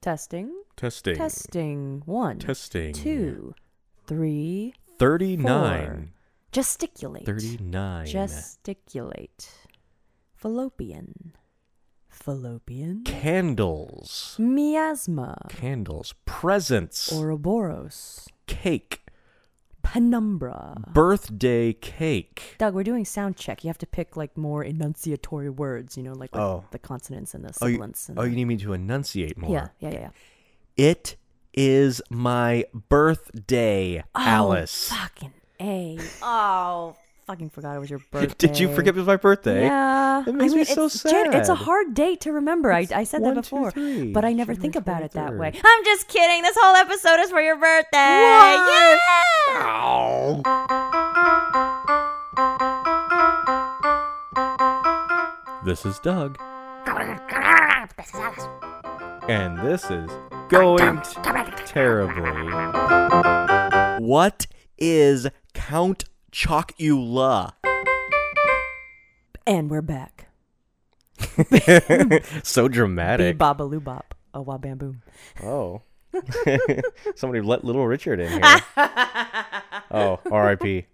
Testing. Testing. Testing. One. Testing. Two. Three. 39. Gesticulate. 39. Gesticulate. Fallopian. Fallopian. Candles. Miasma. Candles. Presents. Ouroboros. cake. Penumbra. Birthday cake. Doug, we're doing sound check. You have to pick like more enunciatory words, you know, like with Oh. the consonants and the Oh you, sibilants. oh, and you need me to enunciate the- more? yeah, yeah, yeah, yeah. It is my birthday, Oh, Alice. Fucking A. Oh, fucking forgot it was your birthday. Did you forget it was my birthday? Yeah. It makes I mean, me so it's, Jan- it's a sad. hard date to remember. I, I said one, that two, before. three. But I never January think about it that way. 23rd. I'm just kidding. This whole episode is for your birthday. Yeah! Ow. This is Doug. And this is going terribly. What is Count Chocula? And we're back. so Bee dramatic. Babaloo Bop. A wah bam boom. Oh. Somebody let Little Richard in here. oh, R.I.P.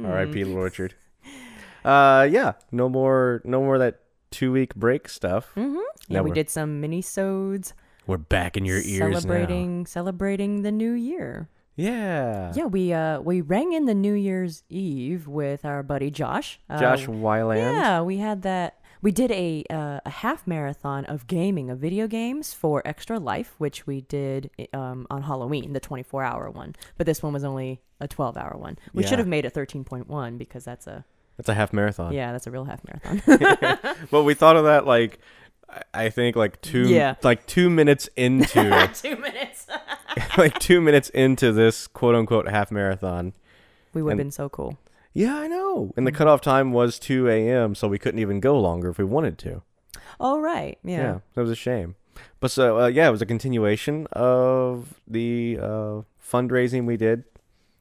R.I.P. Little Richard. Uh, yeah. No more. No more of that two week break stuff. Mm-hmm. Yeah, we did some mini-sodes We're back in your ears now. celebrating celebrating the new year. Yeah. Yeah, we uh we rang in the New Year's Eve with our buddy Josh. Uh, Josh Wyland. Yeah, we had that. We did a uh, a half marathon of gaming of video games for Extra Life, which we did i- um, on Halloween, the 24 hour one. But this one was only a 12 hour one. We Yeah. should have made it 13.1 because that's a That's a half marathon. yeah, that's a real half marathon. But we thought of that like. I- I think like two, Yeah. like two minutes into, Two minutes. like two minutes into this quote unquote half marathon. we would have And- been so cool. Yeah, I know. Mm. And the cutoff time was two a.m., so we couldn't even go longer if we wanted to. All right. Yeah. yeah that was a shame but so uh, yeah it was a continuation of the uh, fundraising we did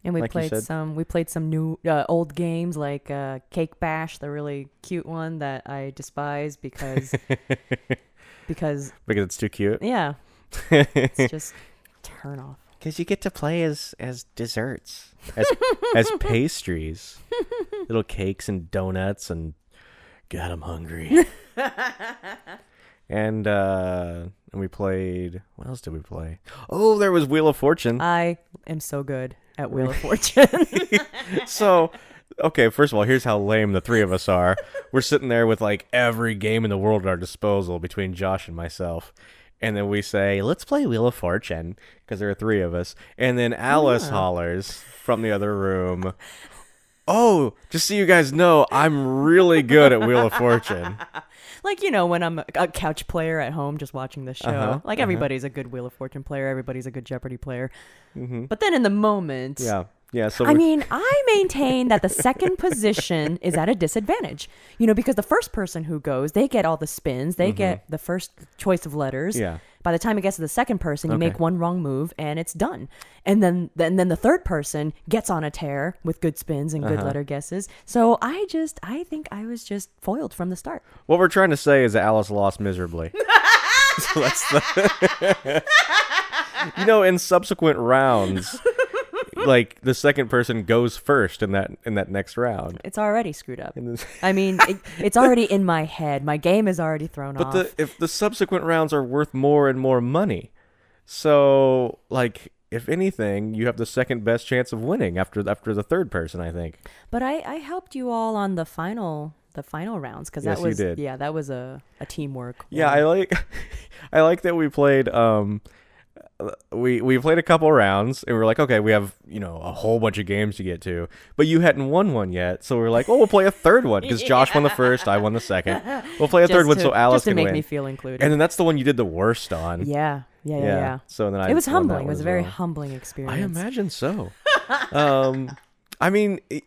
And we Like you played said. some we played some new uh, old games like uh, Cake Bash, the really cute one that I despise because because because it's too cute yeah. It's just turn off. because you get to play as as desserts as as pastries little cakes and donuts and god i'm hungry and uh and we played what else did we play oh there was wheel of fortune I am so good at Wheel of Fortune. so okay first of all here's how lame the three of us are we're sitting there with like every game in the world at our disposal between josh and myself and then we say let's play wheel of fortune because there are three of us and then alice Ah. hollers from the other room oh just so you guys know i'm really good at wheel of fortune like you know when I'm a, a couch player at home just watching the show. like everybody's a good Wheel of Fortune player, everybody's a good Jeopardy player. But then in the moment, yeah yeah so I we- mean, I maintain that the second position is at a disadvantage. You know, because the first person who goes, they get all the spins, they get the first choice of letters. Yeah. By the time it gets to the second person, you Okay. make one wrong move and it's done. And then then then the third person gets on a tear with good spins and good Uh-huh. letter guesses. So I just I think I was just foiled from the start. what we're trying to say is that alice lost miserably So that's the- you know in subsequent rounds like the second person goes first in that in that next round It's already screwed up. And then- I mean, it, it's already in my head. My game is already thrown but off. the if the subsequent rounds are worth more and more money so like if anything you have the second best chance of winning after after the third person i think But I, I helped you all on the final the final rounds because Yes, that you was did. yeah that was a, a teamwork. Yeah, I one. like I like that we played um uh, we we played a couple rounds and we were like, okay, we have, you know, a whole bunch of games to get to. But you hadn't won one yet, so we were like, oh, we'll play a third one because Josh won the first, I won the second. We'll play a Just third one to- so Alice just to can make win. me feel included. and then that's the one you did the worst on. yeah, yeah, yeah, Yeah. yeah. So then I it was won that humbling. It one was as a very well. humbling experience. I imagine so. um, I mean, i-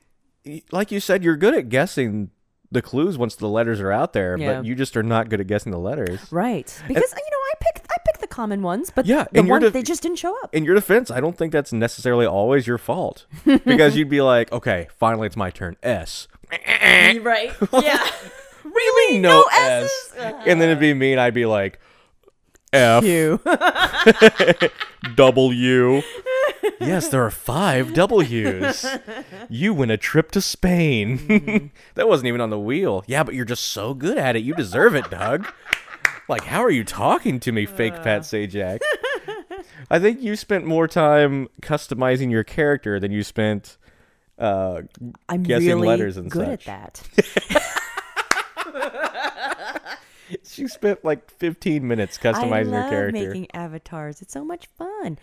i- like you said, you're good at guessing the clues once the letters are out there, Yeah. but you just are not good at guessing the letters. Right, because you know I picked I picked the common ones, but Yeah, the and you're one def- they just didn't show up. in your defense, I don't think that's necessarily always your fault because you'd be like, okay, finally it's my turn. S. Eh. right? Yeah. Really? No, S. And then it'd be me, and I'd be like, F Q. W. yes, there are five W's. You win a trip to Mm-hmm. Spain. that wasn't even on the wheel. Yeah, but you're just so good at it. You deserve it, Doug. Like, how are you talking to me, fake Uh. Pat Sajak? I think you spent more time customizing your character than you spent. Uh, I'm Guessing really letters and good such. at that. she spent like 15 minutes I customizing love your character. making avatars. It's so much fun.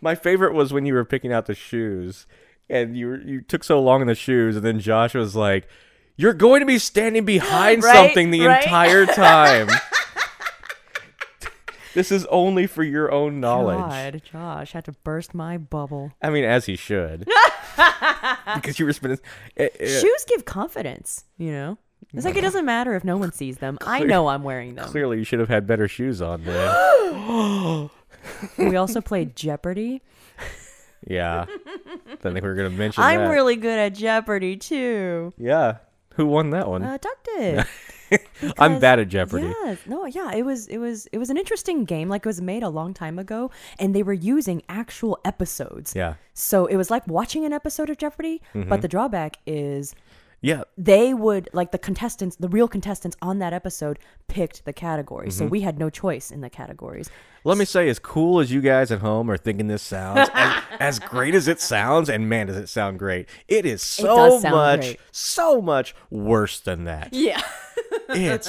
My favorite was when you were picking out the shoes, and you were- you took so long in the shoes, and then Josh was like, "You're going to be standing behind Right, something the right. entire time. this is only for your own knowledge." God, Josh had to burst my bubble. I mean, as he should, because you were spending. eh, eh, Shoes give confidence, you know? It's like it doesn't matter if no one sees them. I know I'm wearing them. Clearly, you should have had better shoes on then. We also played Jeopardy. yeah, didn't think we were going to mention I'm that. really good at Jeopardy too. yeah. Who won that one? Uh, Doug did. I'm because- bad at Jeopardy. Yes. No, yeah, it was it was it was an interesting game. Like it was made a long time ago and they were using actual episodes. Yeah. Mm-hmm. So it was like watching an episode of Jeopardy, but the drawback is yeah. they would like the contestants, the real contestants on that episode picked the categories. Mm-hmm. So we had no choice in the categories. Let me say, as cool as you guys at home are thinking this sounds, as, as great as it sounds, and man, does it sound great! It is so does sound much, great. so much worse than that. Yeah. It's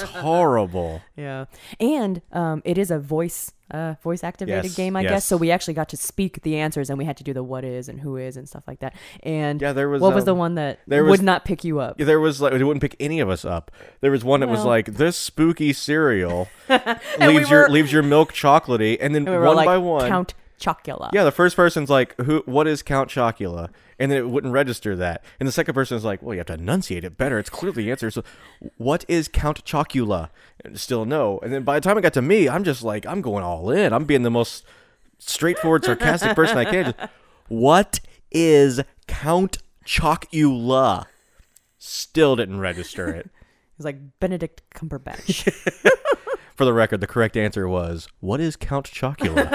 horrible. Yeah, and um, it is a voice uh, voice activated Yes, game, I yes. guess. So we actually got to speak the answers, and we had to do the what is and who is and stuff like that. And Yeah, there was, what was um, the one that there was- would not pick you up? There was like it wouldn't pick any of us up. There was one that was Well. like this spooky cereal leaves we your were- leaves your milk chocolatey, and then We were one like by one, Count Chocula. yeah, the first person's like, who? What is Count Chocula? And then it wouldn't register that. And the second person's like, well, you have to enunciate it better. It's clearly the answer. So, what is Count Chocula? And still no. And then by the time it got to me, I'm just like, I'm going all in. I'm being the most straightforward, sarcastic person I can. Just, what is Count Chocula? Still didn't register it. it was like Benedict Cumberbatch. For the record, the correct answer was, what is Count Chocula?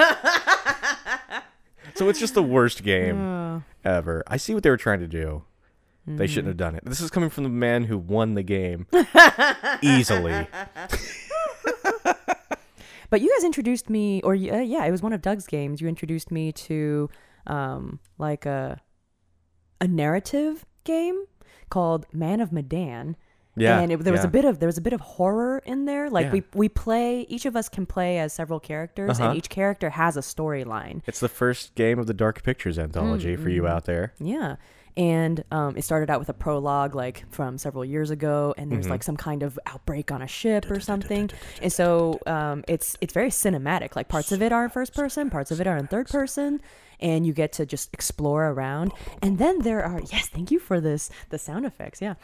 so it's just the worst game Oh. ever. I see what they were trying to do. They shouldn't Mm-hmm. have done it. This is coming from the man who won the game easily. but you guys introduced me, or y- uh, yeah, it was one of Doug's games. You introduced me to um, like a a narrative game called Man of Medan. Yeah, and it, there was a yeah. bit of there was a bit of horror in there. Like Yeah. we we play each of us can play as several characters, Uh-huh. and each character has a storyline. It's the first game of the Dark Pictures anthology for Mm-hmm. you out there. Yeah. And um, it started out with a prologue, like from several years ago, and there's like some kind of outbreak on a ship or something. And so um, it's it's very cinematic. Like parts of it are in first person, parts of it are in third person, and you get to just explore around. And then there are yes, thank you for this the sound effects. Yeah,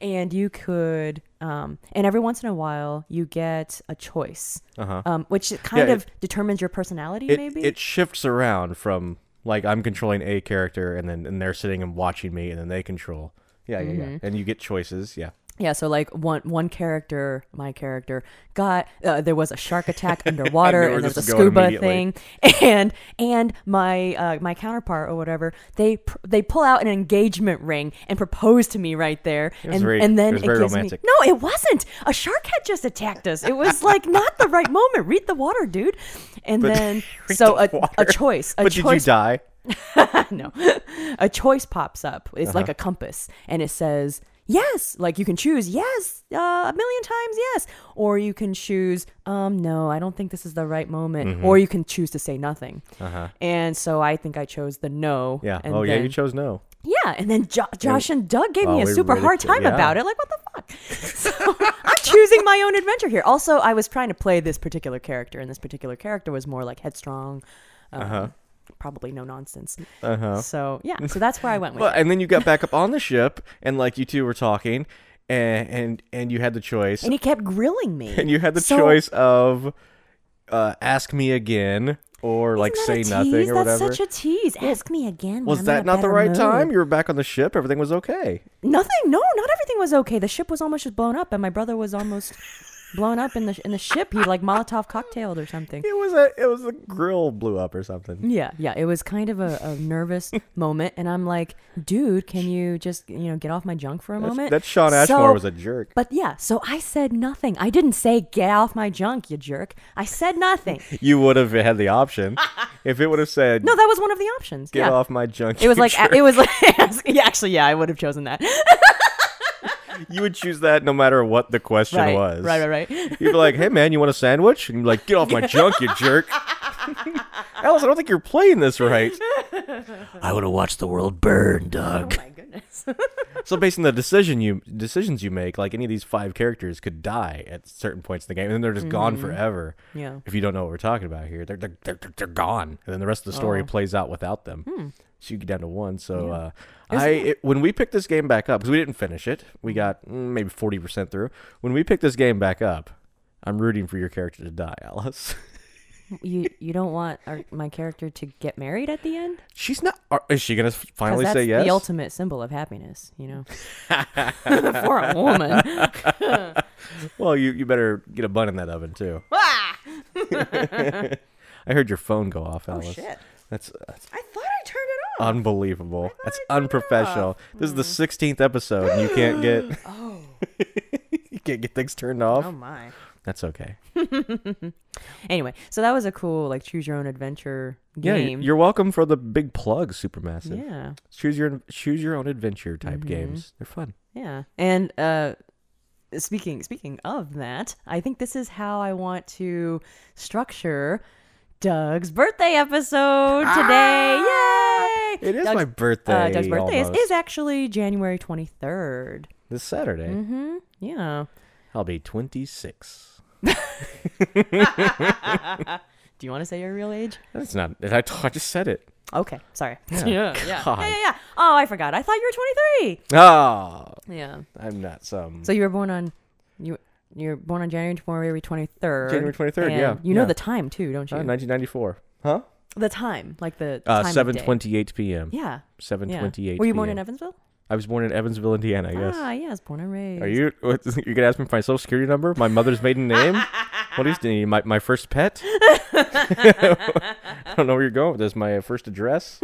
and you could um, and every once in a while you get a choice, uh-huh. um, which kind Yeah, of determines your personality. It, maybe it shifts around from like I'm controlling a character and then and they're sitting and watching me and then they control. Yeah, yeah, yeah. Mm-hmm. And you get choices. Yeah. Yeah, so like one one character, my character got uh, there was a shark attack underwater, knew we were and there was a just going scuba immediately. thing, and and my uh, my counterpart or whatever they pr- they pull out an engagement ring and propose to me right there, and very- and then it was very gives romantic. me no, it wasn't. A shark had just attacked us. It was like not the right moment. Read the water, dude. And then so a, a choice, a but did you choice die? no. a choice pops up. It's Uh-huh. like a compass and it says, yes. Like you can choose, yes, uh, a million times, yes. Or you can choose, um, no, I don't think this is the right moment. Mm-hmm. Or you can choose to say nothing. And so I think I chose the no. Uh-huh. Yeah. And oh yeah, you then- chose no. yeah, and then jo- Josh and Doug gave Oh, me a we super hard ridiculed- time yeah. about it. Like, what the fuck? So I'm choosing my own adventure here. Also, I was trying to play this particular character, and this particular character was more like headstrong, um, Uh-huh. probably no nonsense. Uh-huh. So yeah, so that's where I went with. Well, it. and then you got back up on the ship and like you two were talking and and, and you had the choice And he kept grilling me. and you had the So- choice of uh, ask me again or like Isn't that say a nothing tease? or That's whatever. such a tease. Ask me again. when was I'm in that a not the better right mood. time? You were back on the ship. Everything was okay. Nothing. No, not everything was okay. The ship was almost just blown up, and my brother was almost blown up in the in the ship. He like Molotov cocktailed or something. It was a it was a grill blew up or something. Yeah, yeah. It was kind of a, a nervous moment, and I'm like, dude, can you just you know get off my junk for a moment? That Sean So- Ashmore was a jerk. But yeah, so I said nothing. I didn't say get off my junk, you jerk. I said nothing. You would have had the option if it would have said No, that was one of the options. get yeah. off my junk. It was you like jerk." it was like yeah, actually yeah, I would have chosen that. you would choose that no matter what the question uh, right. was. Right, right, right. You'd be like, "Hey man, you want a sandwich?" And you'd be like, "Get off my junk, you jerk." Alice, I don't think you're playing this right. I would have watched the world burn, dog. My goodness. So based on the decision you decisions you make, like any of these five characters could die at certain points in the game, and then they're just Mm-hmm. gone forever. Yeah. If you don't know what we're talking about here, they're they're they're, they're gone, and then the rest of the story Oh. plays out without them. Hmm. So you get down to one. So uh, I it, when we picked this game back up because we didn't finish it, we got mm, maybe forty percent through. When we picked this game back up, I'm rooting for your character to die, Alice. You you don't want our, my character to get married at the end? She's not. Are, is she gonna Because finally that's say yes? the ultimate symbol of happiness, you know. For a woman. Well, you you better get a bun in that oven too. Ah! I heard your phone go off, Alice. Oh, shit. That's uh, that's I thought I turned it Uh, off. Unbelievable. That's unprofessional. This is the 16th episode and you can't get Oh, you can't get things turned off. my. That's okay. Anyway, so that was a cool like choose your own adventure Yeah, game. y- you're welcome for the big plug supermassive. yeah. Choose your choose your own adventure type games. They're fun. Yeah. And uh speaking speaking of that, I think this is how I want to structure Doug's birthday episode today. Yay! Ah! It is Doug's- my birthday. uh, Doug's birthday is, almost. is actually January 23rd. this Saturday. Mhm. Yeah. I'll be 26. Do you want to say your real age? That's not I, t- I just said it. Okay, sorry. Yeah. yeah, yeah. God. Yeah, yeah. Oh, I forgot. I thought you were 23. Oh, Yeah. I'm not some So you were born on you you were born on January 23rd. January 23rd, and yeah, You know yeah. the time too, don't you? Uh, 1994. Huh? The time, like the Uh, time of day. 7:28 p.m. Yeah. yeah. 7:28. Were you born in PM. Evansville? I was born in Evansville, Indiana, yes. Ah, yeah, I was born and raised. Are you? What, you're gonna ask me for my social security number, my mother's maiden name? what is it? My my first pet? I don't know where you're going with this. My first address?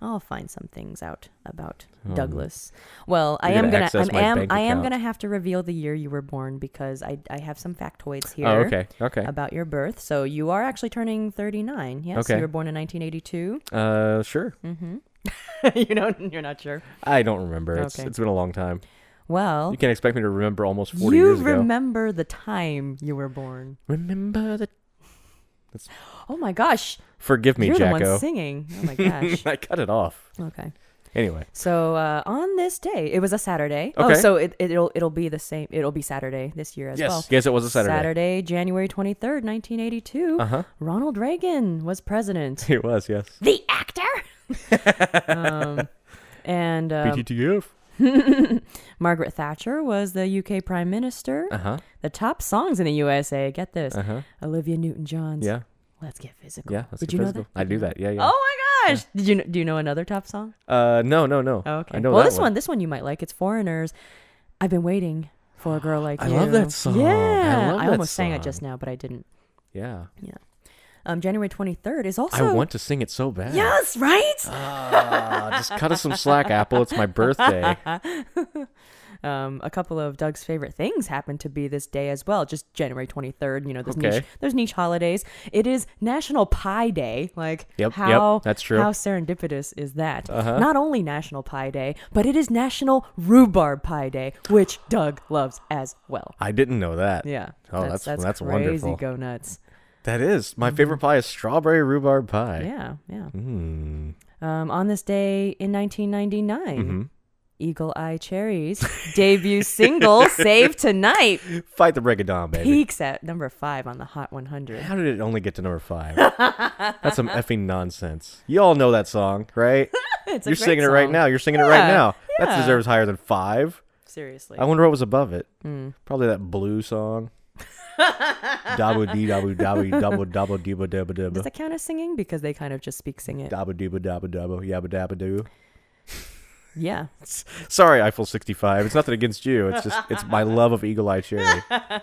I'll find some things out about Douglas. Well, I Um, You're am gonna gonna, access I my am, bank I am account. gonna have to reveal the year you were born because I, I have some factoids here. Oh, okay, okay. About your birth, so you are actually turning thirty-nine. Yes, Okay. you were born in nineteen eighty-two. Mm-hmm. Uh, sure. you know, you're not sure. I don't remember. It's, Okay. it's been a long time. Well, You can't expect me to remember almost 40 you years ago. remember the time you were born. Remember the? Oh my gosh, Forgive me, you're the Jacko. one singing. Oh my gosh. I cut it off. okay. Anyway, So uh, on this day, it was a Saturday. Oh, Okay. so it, it'll it'll be the same. It'll be Saturday this year as yes, well. guess it was a Saturday. January twenty third, nineteen eighty two. Uh-huh. Ronald Reagan was president. It was yes. the actor. um, and uh, BTTF. Margaret Thatcher was the UK prime minister. Uh huh. The top songs in the USA. Get this. Uh-huh. Olivia Newton John's. Yeah. Let's get physical. Yeah. That's Did good you know physical. that? I do that. Yeah. Yeah. Oh my gosh! Did you kn- do you know another top song? Uh, no, no, no. Oh, okay. I know well, that this one. this one you might like. It's Foreigners. I've been waiting for a girl like I you. love that song. I Yeah, love I that almost sang it song. just now, but I didn't. Yeah. Um, January twenty third is also. I Oh. want to sing it so bad. Yes, right. Ah, just cut us some slack, Apple. It's my birthday. Um, a couple of Doug's favorite things happen to be this day as well. Just January twenty third. You know, there's niche, Okay. there's niche holidays. It is National Pie Day. Like, Yep, yep, how that's true. Uh-huh. How serendipitous is that? Not only National Pie Day, but it is National Rhubarb Pie Day, which Doug loves as well. I didn't know that. Yeah. Oh, that's that's, crazy wonderful. Go nuts. That is my favorite pie is strawberry rhubarb pie. Yeah, yeah. Hmm. Um, on this day in 1999, Mm-hmm. Eagle Eye Cherries debut single "Save Tonight" Fight the break of dawn, baby. peaks at number five on the Hot 100. How did it only get to number five? That's some effing nonsense. You all know that song, right? It's a You're great singing it right song. now. You're singing it right Yeah, now. That yeah. deserves higher than five. Seriously. I wonder what was above it. Probably that blue song. Dabu dee dabu dabu dabu dabu deebu debu debu. Does that count as singing? Because they kind of just speak sing it. Dabba dooba dabba dabba yabba dabba doo. Yeah. Sorry, Eiffel 65. It's nothing against you. It's just it's my love of Eagle Eye Cherry.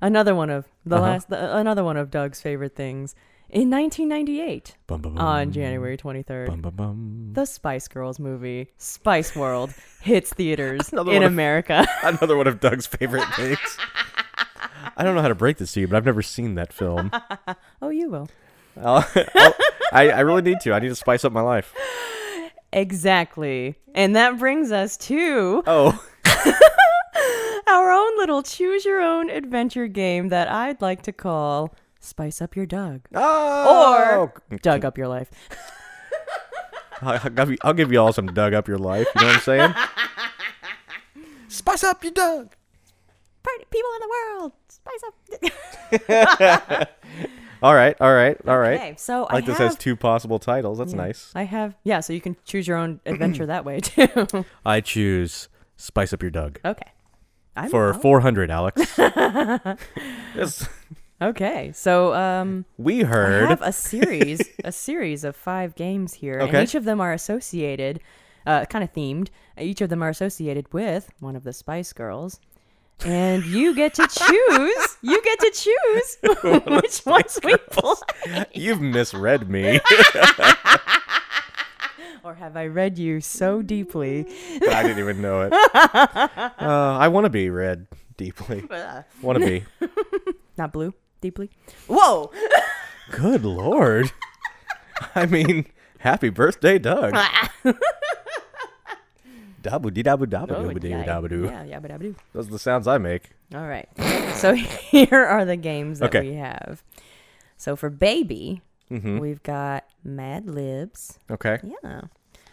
Another one of the Uh-huh. last, the, another one of Doug's favorite things. In 1998, Bum, bum, bum. on January 23rd, Bum, bum, bum. the Spice Girls movie Spice World hits theaters Another in one of- America. Another one of Doug's favorite things. I don't know how to break this to you, but I've never seen that film. oh, you will. I'll- I'll- I, I really need to. I need to spice up my life. Exactly. And that brings us to Oh, our own little choose your own adventure game that I'd like to call Spice Up Your Doug oh! or Doug Up Your Life. I'll, I'll give you, I'll give you all some Doug up your life. You know what I'm saying? spice up your Doug. Party people in the world, spice up. All right, all right, all right. okay, so I like I this have, has two possible titles. That's nice. I have yeah, so you can choose your own adventure that way too. I choose spice up your Doug okay. I'm for out. 400, Alex. Yes. okay, so um, We I heard. have a series, a series of five games here, Okay. and each of them are associated, uh, kind of themed. Each of them are associated with one of the Spice Girls, and you get to choose. you get to choose which ones we play. You've misread me. Or have I read you so deeply? I didn't even know it. Uh, I want to be read deeply. Want to be. Not blue, deeply. Whoa! Good lord. I mean, happy birthday, Doug. Dabu dee dabu dabu Oh, dabu yeah, dee dabu doo. yeah, yeah, dabba-dabba-doo. Those are the sounds I make. All right. So here are the games that Okay. we have. So for baby, we've got Mad Libs. Okay. Yeah.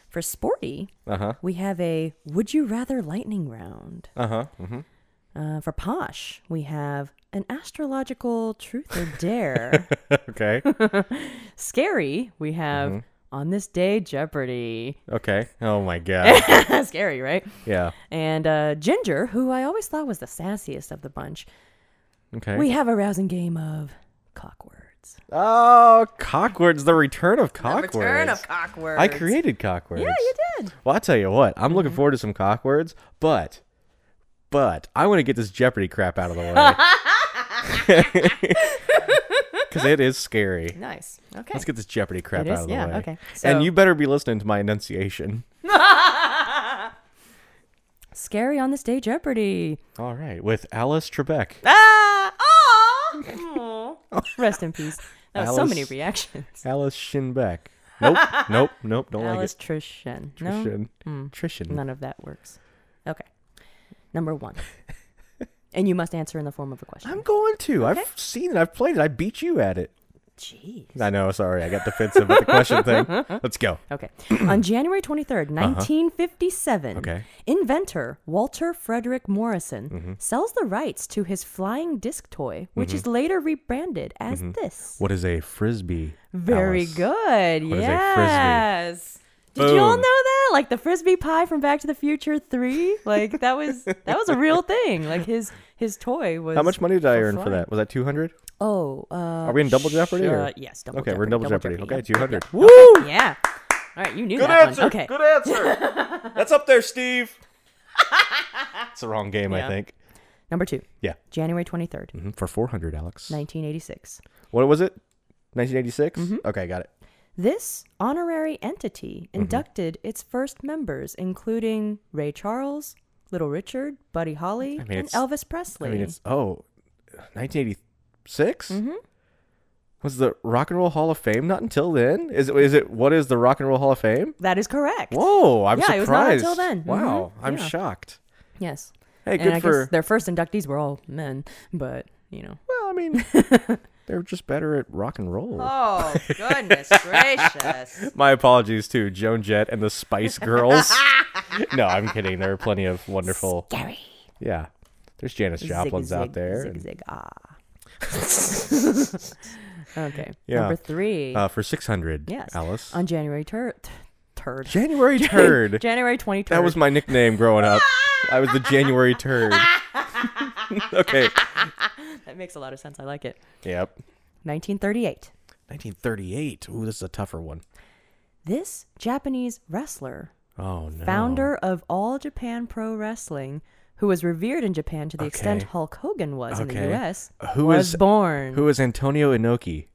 For sporty, Uh huh. we have a Would You Rather Lightning Round. Uh huh. hmm Uh, for posh, we have an astrological truth or dare. Okay. Scary, we have on this day Jeopardy. Okay. Oh my god. Scary, right? Yeah. And uh, Ginger, who I always thought was the sassiest of the bunch, Okay. we have a rousing game of cockwords. oh, Cockwords! The return of Cockwords. cockwords. I created Cockwords. Yeah, you did. Well, I tell you what, I'm Mm-hmm. looking forward to some cock words, but, but I want to get this Jeopardy crap out of the way because it is scary. Nice. Okay. Let's get this Jeopardy crap It out is, of the yeah, way. okay. So- And you better be listening to my enunciation. Scary on this day Jeopardy. All right, with Alice Trebek. Ah! Aw! Rest in peace. That was so many Alice- reactions. Alice Shinbeck. Nope, nope, nope. Don't Alice Trishan. like it. No, Hmm. Trishan. Trishan. none of that works. Okay. Number one. and you must answer in the form of a question. I'm going to. I've seen it. I've played it. I beat you at it. Jeez. I know. Sorry, I got defensive with the question thing. Let's go. Okay. On January 23rd, 1957, Uh-huh. Okay. Mm-hmm. inventor Walter Frederick Morrison sells the rights to his flying disc toy, which is later rebranded as Mm-hmm. this. What is a frisbee? Very Alice? good. What is a frisbee? yes. Did you all Boom. know that? Like the frisbee pie from Back to the Future 3? Like that was that was a real thing. Like his his toy was How much money did I for earn for fun. that? Was that 200? Oh, uh Are we in double Jeopardy, or- yes, double Okay, Jeopardy. we're in double jeopardy. Okay, yep. 200. Woo! Yeah. All right, you knew that one. Okay. answer. That's up there, Steve. It's the wrong game, Yeah. I think. Number 2. Yeah. January 23rd, Mhm, For 400, Alex. 1986. What was it? 1986? Mm-hmm. Okay, got it. This honorary entity Mm-hmm. inducted its first members, including Ray Charles, Little Richard, Buddy Holly, mean, and it's- Elvis Presley. I mean, it's, oh, 1986? Mm-hmm. Was the Rock and Roll Hall of Fame not until then? Is it, is it what is the Rock and Roll Hall of Fame? that is correct. Whoa, I'm Yeah, it was not surprised. until then. Wow, Mhm, I'm yeah. shocked. Yes. Hey, and good I for. guess their first inductees were all men, but you know. Well, I mean, they're just better at rock and roll. Oh goodness gracious! My apologies to Joan Jett and the Spice Girls. no, I'm kidding. There are plenty of wonderful. Gary. Yeah. There's Janis Joplin's out there. Zig, and- zig, ah. okay. Yeah. Number three. uh, for 600, yes. Alice. On January tur- t- turd. January Turd. January twenty third. that was my nickname growing up. I was the January Turd. okay. That makes a lot of sense. I like it. Yep. 1938. 1938. Ooh, this is a tougher one. This Japanese wrestler Oh no. founder of All Japan Pro Wrestling, who was revered in Japan to the extent Okay. Hulk Hogan was in the Okay. U.S., Who was is- born. Who is Antonio Inoki?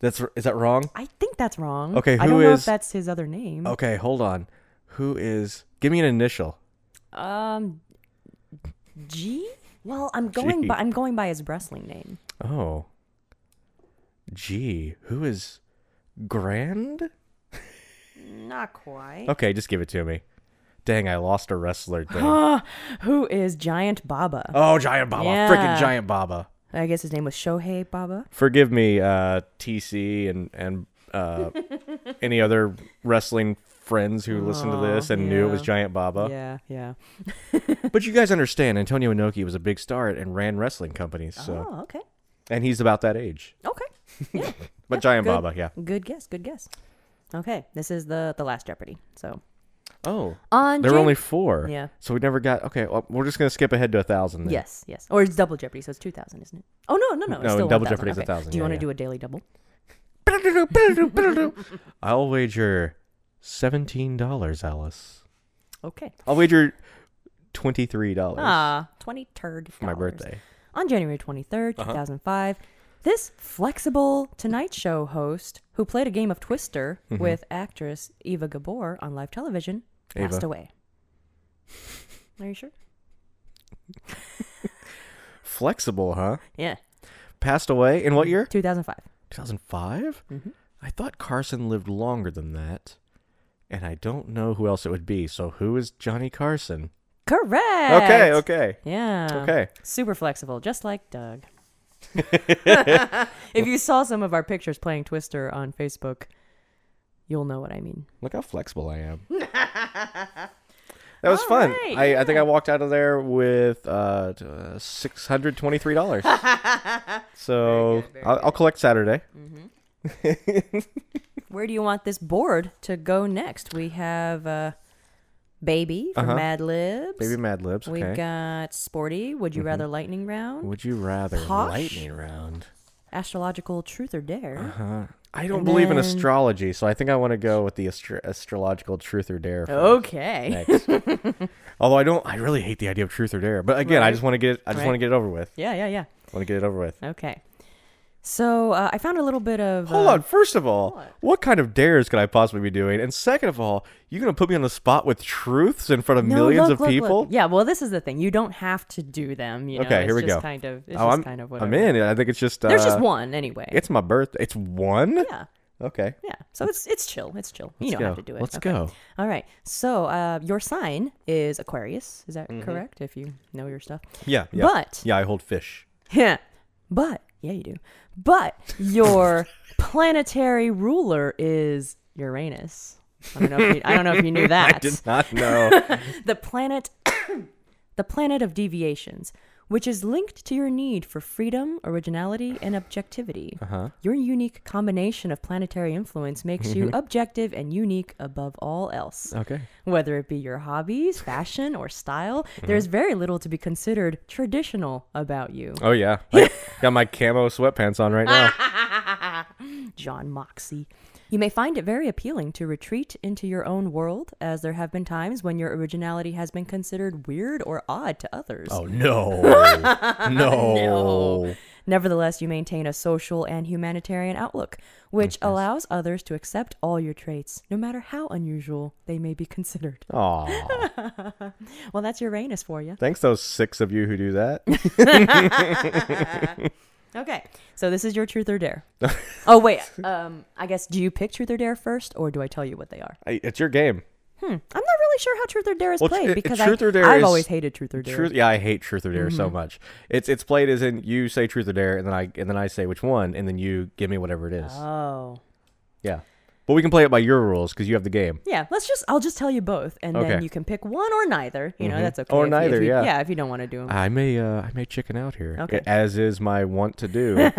That's is that wrong? I think that's wrong. Okay, I don't who know if is- Oh. that's his other name. Okay, hold on. Who is? Give me an initial. Um, G. Well, I'm going G. by I'm going by his wrestling name. Oh. Gee, who is Grand? Not quite. Okay, just give it to me. Dang, I lost a wrestler thing. Ah, who is Giant Baba? oh, Giant Baba. Freaking Yeah. Giant Baba. I guess his name was Shohei Baba. Forgive me, uh, TC and and uh, any other wrestling friends who listened to this and knew it was yeah. Giant Baba. Yeah, yeah. But you guys understand, Antonio Inoki was a big star and ran wrestling companies. So, Oh, okay, and he's about that age. okay. Yeah, But Giant good. Baba, yeah. good guess, good guess. Okay, this is the the last Jeopardy. So Oh, on there were Jan- only four. Yeah. So we never got. Okay, well, we're just gonna skip ahead to a thousand. then. Yes, yes. Or it's double Jeopardy, so it's 2,000, isn't it? Oh, no, no, no. It's No, still double 1,000. Jeopardy is Okay. 1,000, Do you yeah, want to yeah. do a daily double? I'll wager seventeen dollars, Alice. Okay. I'll wager twenty three dollars Ah, 20 turd. for my birthday. Uh-huh. On January 23rd, 2005, this flexible Tonight Show host who played a game of Twister Mm-hmm. with actress Eva Gabor on live television Ava. passed away. Are you sure? Flexible, huh? Yeah. Passed away in what year? 2005. Two thousand five. Mm-hmm. I thought Carson lived longer than that, and I don't know who else it would be. So who is Johnny Carson? Correct. Okay, okay, Yeah. okay. Super flexible, just like Doug. if you saw some of our pictures playing Twister on Facebook, you'll know what I mean. Look how flexible I am. That was All fun. right, I, I think I walked out of there with uh, t- uh, six hundred twenty-three dollars. so I'll, I'll collect Saturday. Where do you want this board to go next? We have uh, Baby from Mad Libs. Maybe Mad Uh-huh. Libs. Okay. Mm-hmm. We've got Sporty, Would You Rather Lightning Round, Would you rather Posh? lightning round? Astrological Truth or Dare. Huh. I don't And believe in then- astrology, so I think I want to go with the astro- astrological truth or dare. Oh. for Okay. Next. Although I don't, I really hate the idea of truth or dare. But again, I Right. just want to get, I just want to Right. get it over with. Yeah, yeah, yeah. Want to get it over with. Okay. So uh, I found a little bit of. Hold uh, on. First of all, what? kind of dares could I possibly be doing? And second of all, you're gonna put me on the spot with truths in front of No, millions look, of look, look. people? Yeah, well, this is the thing. You don't have to do them. You know? Okay, it's here we just go. Kind of, it's Oh, just I'm, kind of whatever. I'm in. I think it's just. Uh, There's just one anyway. It's my birthday. It's one. yeah, Okay. yeah. So it's it's chill. It's chill. You don't go. have to do it. Let's Okay. go. All right. So uh, your sign is Aquarius. Is Mm-hmm. that correct? If you know your stuff. Yeah. Yeah. But yeah, I hold fish. yeah, but yeah, you do. But your planetary ruler is Uranus. I don't know. If you, I don't know if you knew that. I did not know. the planet the planet of deviations which is linked to your need for freedom originality and objectivity Uh-huh. your unique combination of planetary influence makes Mm-hmm. you objective and unique above all else okay. whether it be your hobbies fashion or style Mm-hmm. there's very little to be considered traditional about you Oh yeah. I got my camo sweatpants on right now. Ah. John Moxie. You may find it very appealing to retreat into your own world, as there have been times when your originality has been considered weird or odd to others. Oh no. no. Nevertheless, you maintain a social and humanitarian outlook, which allows others to accept all your traits, no matter how unusual they may be considered. Aw. Well, that's Uranus for you. Thanks those six of you who do that. Okay, so this is your truth or dare. oh wait, um, I guess do you pick truth or dare first, or do I tell you what they are? I, it's your game. I'm not really sure how truth or dare is Well, tr- played it- because truth I, or dare I've is- always hated truth or dare. Truth yeah, I hate truth or dare so much. It's it's played as in you say truth or dare and then I and then I say which one and then you give me whatever it is. Oh. yeah. But we can play it by your rules because you have the game. Yeah, let's just I'll just tell you both and Okay. Mm-hmm. then you can pick one or neither. You know, that's okay. Or if you- if neither, you- yeah. Yeah, if you don't want to do them. I may uh I may chicken out here. Okay. As is my want to do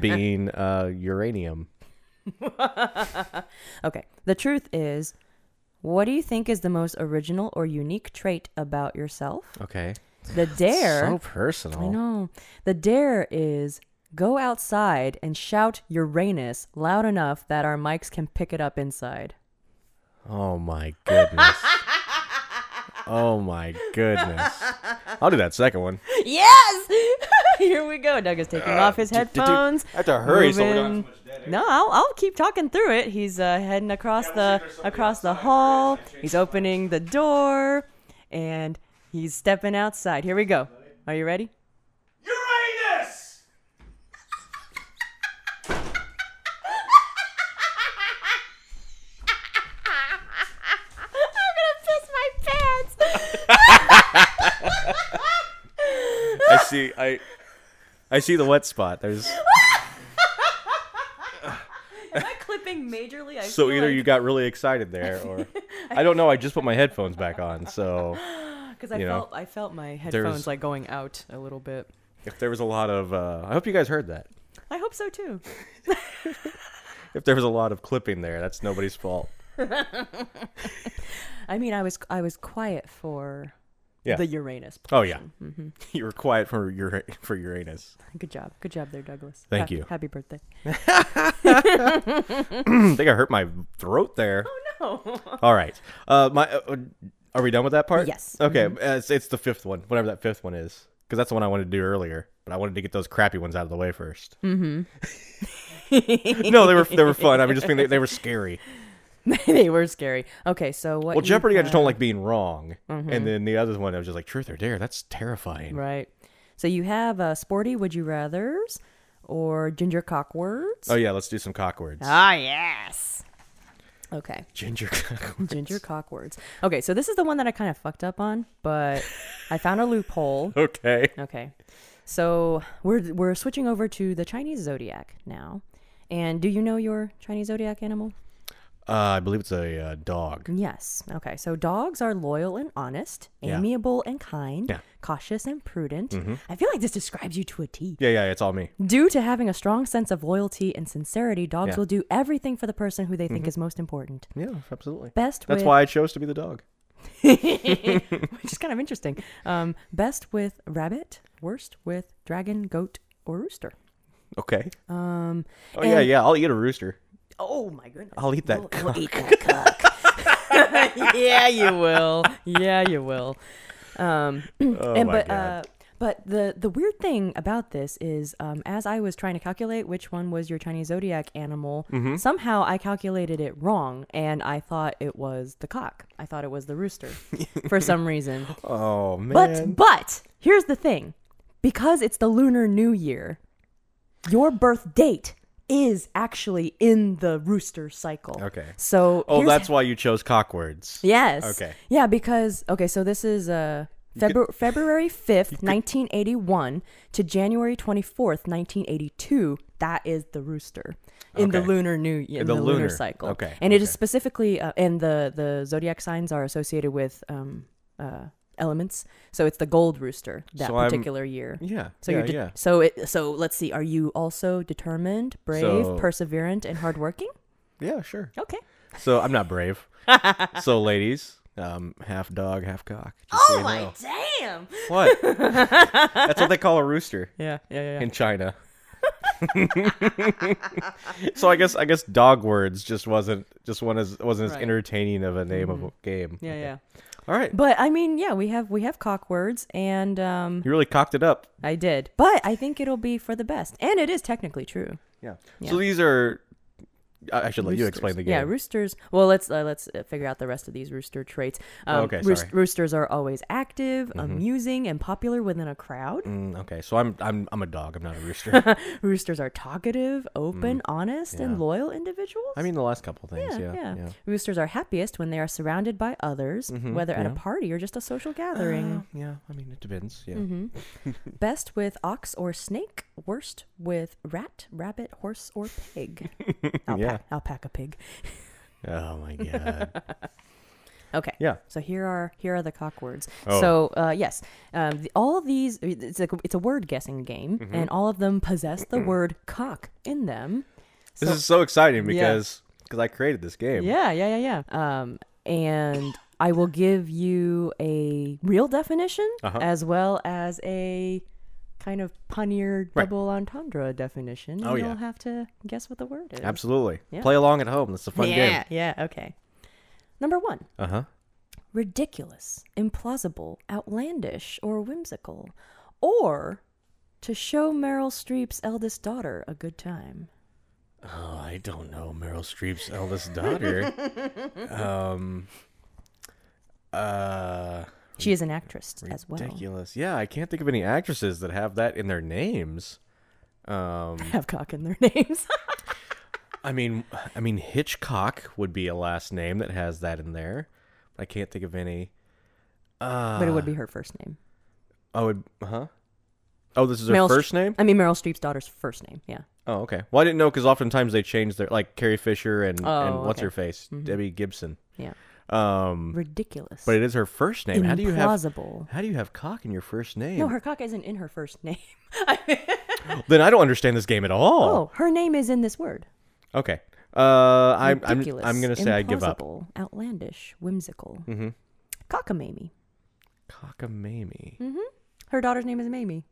being uh uranium. Okay. The truth is what do you think is the most original or unique trait about yourself? Okay. The dare So personal. I know. The dare is go outside and shout Uranus loud enough that our mics can pick it up inside. Oh my goodness. oh my goodness. I'll do that second one. Yes! Here we go. Doug is taking Uh, off his headphones. I have to hurry so we don't have moving- too much dead air. No, I'll, I'll keep talking through it. He's uh, heading across the across the hall. He's opening the door, and he's stepping outside. Here we go. Are you ready? Uranus! I'm gonna piss my pants. I see I I see the wet spot. There's Am I clipping majorly? I so feel either like- you got really excited there or I don't know, I just put my headphones back on. So Because I you know, felt I felt my headphones like going out a little bit. if there was a lot of uh, I hope you guys heard that. I hope so too. If there was a lot of clipping there, that's nobody's fault. I mean, I was I was quiet for Yeah. the Uranus. Mm-hmm. Oh yeah. You were quiet for your for Uranus. Good job, good job there, Douglas. Thank you. Happy birthday. I think I hurt my throat there. Oh no. All right. Uh, my, uh, are we done with that part? Yes. Mm-hmm. Okay. uh, It's, it's the fifth one, whatever that fifth one is, because that's the one I wanted to do earlier, but I wanted to get those crappy ones out of the way 1st Mm-hmm. Mm-hmm. no, they were they were fun. I mean, just think they, they were scary. they were scary. Okay, so what? Well, you Jeopardy, I just had- don't like being wrong, and then the other one, I was just like Truth or Dare. That's terrifying. Right. So you have uh, sporty would you rather's or ginger cock words. Oh yeah, let's do some cock words. Ah yes. Okay. Ginger cock. words. Ginger cock words. Okay, so this is the one that I kind of fucked up on, but I found a loophole. Okay. Okay. So we're we're switching over to the Chinese zodiac now. And do you know your Chinese zodiac animal? Uh, I believe it's a uh, dog. Yes. Okay. So dogs are loyal and honest, Yeah. amiable and kind, Yeah. Mm-hmm. cautious and prudent. I feel like this describes you to a T. Yeah, yeah, it's all me. Due to having a strong sense of loyalty and sincerity, dogs Yeah. will do everything for the person who they think is most important. Yeah, absolutely. Best That's with why I chose to be the dog. which is kind of interesting. Um, best with rabbit, worst with dragon, goat, or rooster. Okay. Um, Oh yeah, and- yeah. I'll eat a rooster. Oh my goodness. I'll eat that We'll- we'll eat that cock. yeah, you will. Yeah, you will. Um, Oh and my but god. uh, but the the weird thing about this is, um, as I was trying to calculate which one was your Chinese zodiac animal, Mm-hmm. somehow I calculated it wrong, and I thought it was the cock. I thought it was the rooster for some reason. oh man. But but here's the thing, because it's the Lunar New Year, your birth date is actually in the rooster cycle. Okay. So oh, here's- that's why you chose cock words. yes. Okay. Yeah, because okay, so this is uh. Febru- February 5th, 1981 to January 24th, 1982, that is the rooster in the Okay. lunar new in, the, the lunar, lunar. cycle. Okay, And it okay. is specifically uh, and the the zodiac signs are associated with um uh elements. So it's the gold rooster that So I'm- particular year. Yeah. So yeah, you're de- yeah. so it so let's see are you also determined, brave, So- perseverant and hardworking? Yeah, sure. Okay. So I'm not brave. so ladies, um, half dog, half cock. Oh Just so you know. damn. What? that's what they call a rooster Yeah, yeah, yeah. in China. so I guess I guess dog words just wasn't just one as wasn't as Right. Mm-hmm. entertaining of a name of a game. Yeah, Okay. yeah. All right. But I mean, yeah, we have we have cock words, and um, You really cocked it up. I did. But I think it'll be for the best, and it is technically true. Yeah. Yeah. So these are. I I should let you explain the game. Yeah, roosters. Well, let's uh, let's uh, figure out the rest of these rooster traits. Um, Oh, okay, sorry. Mm-hmm. roosters are always active, amusing, and popular within a crowd. Mm, okay, so I'm I'm I'm a dog. I'm not a rooster. Roosters are talkative, open, honest, and Mm. yeah. loyal individuals. I mean the last couple things. Yeah, yeah. Roosters are happiest when they are surrounded by others, whether at a Mm-hmm. yeah. party or just a social gathering. Uh, yeah, I mean it depends. Yeah. Mm-hmm. Best with ox or snake. Worst with rat, rabbit, horse, or pig. Alpaca, Yeah. alpaca pig. Mm-hmm. Oh my god. Okay. yeah. So here are here are the cock words. Oh. So uh, yes, um, the, all these it's a, it's a word guessing game, Mm-hmm. and all of them possess the word cock in them. This So- is so exciting because because I created this game. Yeah, yeah, yeah, yeah. Um, and I will give you a real definition Uh-huh. as well as a kind of punnier Right. double entendre definition. and Oh, yeah. You'll have to guess what the word is. Absolutely. Yeah. Play along at home. That's a fun yeah, game. yeah, okay. Number one, Uh huh. ridiculous, implausible, outlandish, or whimsical, or to show Meryl Streep's eldest daughter a good time. Oh, I don't know Meryl Streep's eldest daughter. um. Uh. She is an actress as well. Ridiculous. Yeah, I can't think of any actresses that have that in their names. Um. Have cock in their names. I mean, I mean Hitchcock would be a last name that has that in there. I can't think of any. Uh, but it would be her first name. Oh, it, huh? Oh, this is her Meryl first Streep- name. I mean, Meryl Streep's daughter's first name. Yeah. Oh, okay. Well, I didn't know because oftentimes they change their like Carrie Fisher and, and Oh, what's okay. her face Debbie Gibson. Yeah. Um, Ridiculous. but it is her first name. How do you have Implausible. how do you have cock in your first name? No, her cock isn't in her first name. Then I don't understand this game at all. Oh, her name is in this word. Okay. Uh, I'm Oh. I'm Ridiculous. I'm gonna say I give up. implausible, Outlandish, whimsical. Mm-hmm. Cockamamie. Cockamamie. Hmm. Her daughter's name is Mamie.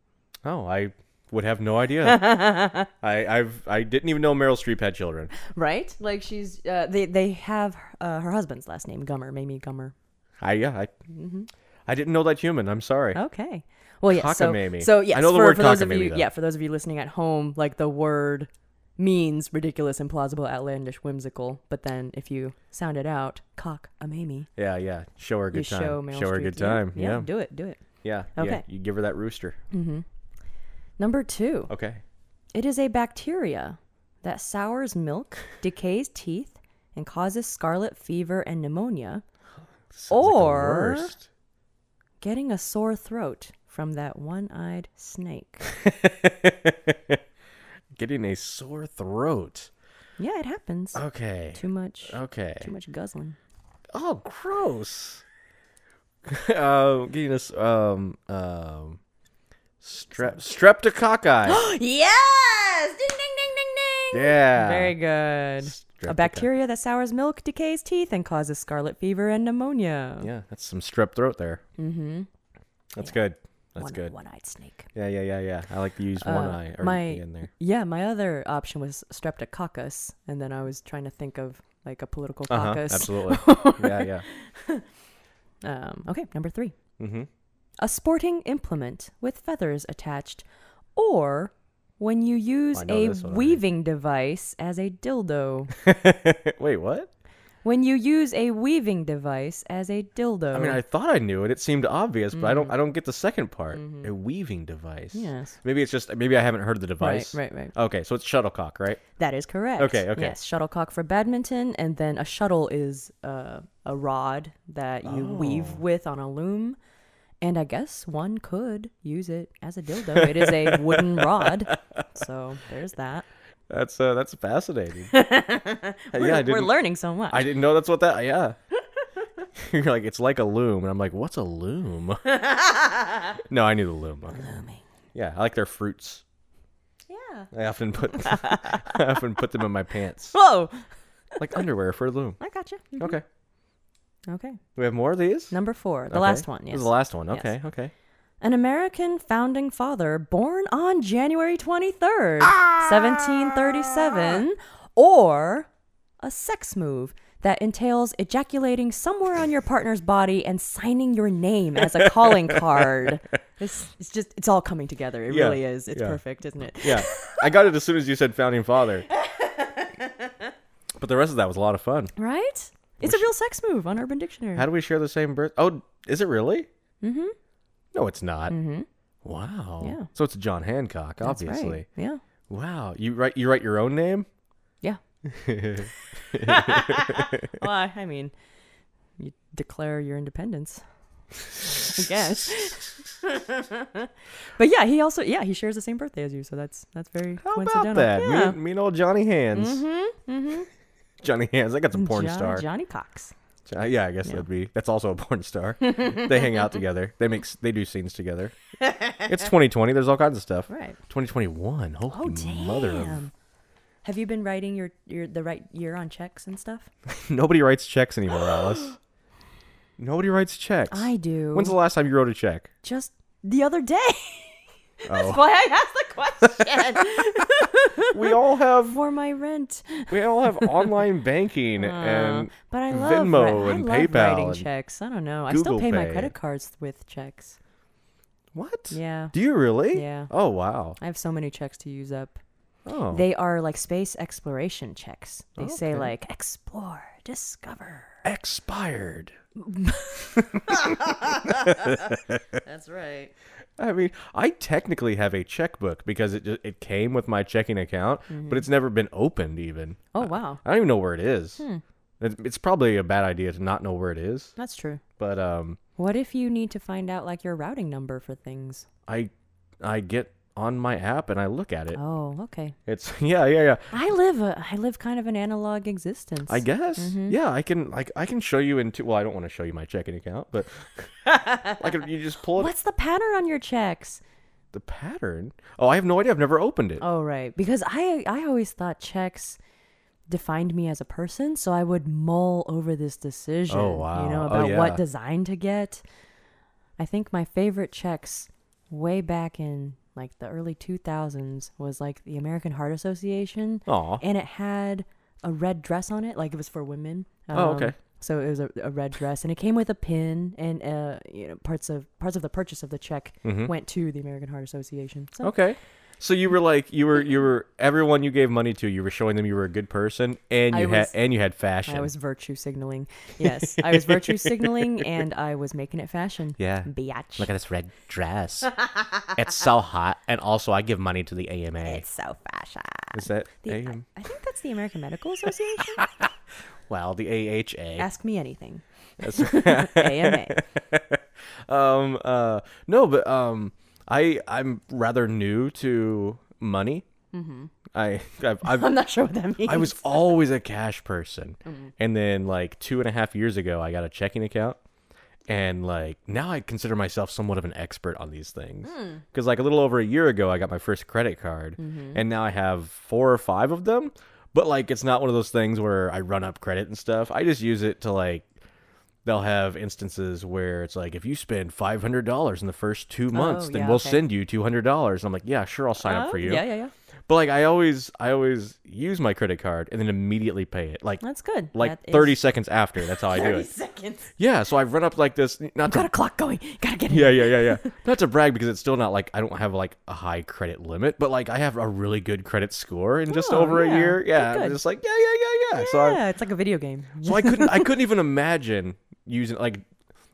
Oh, I would have no idea. I I've I didn't even know Meryl Streep had children. Right? Like she's uh, they they have uh, her husband's last name Gummer, Mamie Gummer. I yeah I Mm-hmm. I didn't know that human. I'm sorry. Okay. Well, yeah. So, Cockamamie. so I yes, know the for, word for those of cockamamie, you, though. yeah, for those of you listening at home, like the word means ridiculous, implausible, outlandish, whimsical. But then if you sound it out, cock a mamie, Yeah yeah. Show her a good you time. show Meryl her a Streep. good Yeah, time. Yeah, Yeah yeah. do it, do it. yeah. Okay. You give her that rooster. Number two, Okay. it is a bacteria that sours milk, decays teeth, and causes scarlet fever and pneumonia, Sounds like the Or- worst. getting a sore throat from that one-eyed snake. getting a sore throat. yeah, it happens. Okay. Too much. Okay. Too much guzzling. Oh, gross. um, getting us um um strep streptococci. yes! Ding ding ding ding ding. yeah. Very good. A Streptococ- bacteria that sours milk, decays teeth, and causes scarlet fever and pneumonia. Yeah, that's some strep throat there. Mm-hmm. That's good. That's One, good. One-eyed snake. Yeah, yeah, yeah, yeah. I like to use one eye or my in there. yeah, my other option was streptococcus, and then I was trying to think of like a political Uh huh. caucus. Absolutely. yeah, yeah. Um, okay, number three. Mhm. A sporting implement with feathers attached, or when you use Oh, I know a this one already. weaving device as a dildo. Wait, what? when you use a weaving device as a dildo. I mean, I thought I knew it. It seemed obvious, but I Mm-hmm. don't. I don't get the second part. A weaving device. Yes. Maybe it's just. Maybe I haven't heard of the device. right, right. Okay, so it's shuttlecock, right? That is correct. Okay, okay. Yes, shuttlecock for badminton, and then a shuttle is uh, a rod that you Oh. weave with on a loom. And I guess one could use it as a dildo. It is a wooden rod, so there's that. That's uh, that's fascinating. yeah, We're- I We're didn't. learning so much. I didn't know that's what that. Yeah. You're like it's like a loom, and I'm like, what's a loom? no, I knew the loom. Okay. Yeah, I like their fruits. yeah. I often put I often put them in my pants, Whoa, like underwear for a loom. I got you. Okay, Do Okay, we have more of these. number four, the Okay. last one. This is Yes, The last one. Yes. Okay. Okay. an American founding father born on January twenty third, Ah! seventeen thirty seven, or a sex move that entails ejaculating somewhere on your partner's body and signing your name as a calling card. It's, it's just, it's all coming together. It Yeah, really is. It's yeah. perfect, isn't it? Yeah, I got it as soon as you said founding father. But the rest of that was a lot of fun. Right? It's a real sex move on Urban Dictionary. How do we share the same birth? Oh, is it really? Mm-hmm. No, it's not. Mm-hmm. Wow. Yeah. So it's John Hancock, That's right. obviously. Yeah. Wow. You write you write your own name? Yeah. well, I, I mean, you declare your independence. I guess. but yeah, he also yeah he shares the same birthday as you, so that's that's very How coincidental. about that? Me- Yeah. Me, and old Johnny Hands. Mm-hmm. mm-hmm. Johnny Hands. I got some porn Johnny- star. Johnny Cox. Jo- yeah, I guess that'd be. That's also a porn star. they hang out together. They make. s- They do scenes together. it's 2020. There's all kinds of stuff. Right. 2021. Holy Oh damn. mother of Have you been writing your, your the right year on checks and stuff? Nobody writes checks anymore, Alice. Nobody writes checks. I do. When's the last time you wrote a check? Oh. Just the other day. That's why I asked the question. we all have for my rent. we all have online Uh, banking and But I love Venmo ri- I and love PayPal writing and checks. I don't know. I still Google pay, my Pay. credit cards with checks. what? Yeah. Do you really? Yeah. Oh wow. I have so many checks to use up. Oh. They are like space exploration checks. They say Okay. like explore, discover. expired. That's right. I mean, I technically have a checkbook because it ju- it came with my checking account, Mm-hmm. but it's never been opened even. Oh wow. I don't even know where it is. Hmm. It- It's probably a bad idea to not know where it is, That's true. but um What if you need to find out like your routing number for things? I I get on my app and I look at it. Oh, okay. It's yeah, yeah, yeah. I live a I live kind of an analog existence. I guess. mm-hmm. Yeah, I can like I can show you into well, I don't want to show you my checking account, but like if you just pull it What's the pattern on your checks? the pattern. Oh, I have no idea. I've never opened it. Oh right, because I I always thought checks defined me as a person, so I would mull over this decision. Oh, You wow. know Oh, about yeah. what design to get. I think my favorite checks way back in like the early 2000s was like the American Heart Association. Aw. And it had a red dress on it, like it was for women. Um, Oh, okay. So it was a, a red dress, and it came with a pin, and uh, you know parts of parts of the purchase of the check Hmm. went to the American Heart Association. So Mm-hmm. Okay. So you were like you were you were everyone you gave money to, you were showing them you were a good person and you I had was- and you had fashion. I was virtue signaling. Yes, I was virtue signaling, and I was making it fashion. Yeah. biatch. at this red dress. it's so hot. And also I give money to the AMA. it's so fashion. Is that The- I, AM? I think that's the American Medical Association. Well, the AHA. Ask me anything. AMA. um uh no but um i i'm rather new to money mm-hmm. i I've, I've I'm not sure what that means. i was always a cash person Mm-hmm. and then like two and a half years ago i got a checking account and like now i consider myself somewhat of an expert on these things Hmm. because like a little over a year ago i got my first credit card Mm-hmm. and now i have four or five of them but like it's not one of those things where i run up credit and stuff i just use it to like they'll have instances where it's like if you spend five hundred dollars in the first two months, then Oh, yeah, we'll okay. send you two hundred dollars. And I'm like, yeah, sure, I'll sign up for you. Oh, Yeah, yeah, yeah. But like, I always, I always use my credit card and then immediately pay it. Like, That's good. like That is- thirty seconds after. That's how I do 30 it. seconds. Yeah, so I've run up like this. Got Not to, a clock going. Gotta get it. yeah, yeah, yeah, yeah. Not to brag because it's still not like I don't have like a high credit limit, but like I have a really good credit score in just Oh, over yeah. a year. Yeah, Good, I'm good. just like yeah, yeah, yeah, yeah. So I, Yeah, it's like a video game. so I couldn't I couldn't even imagine using like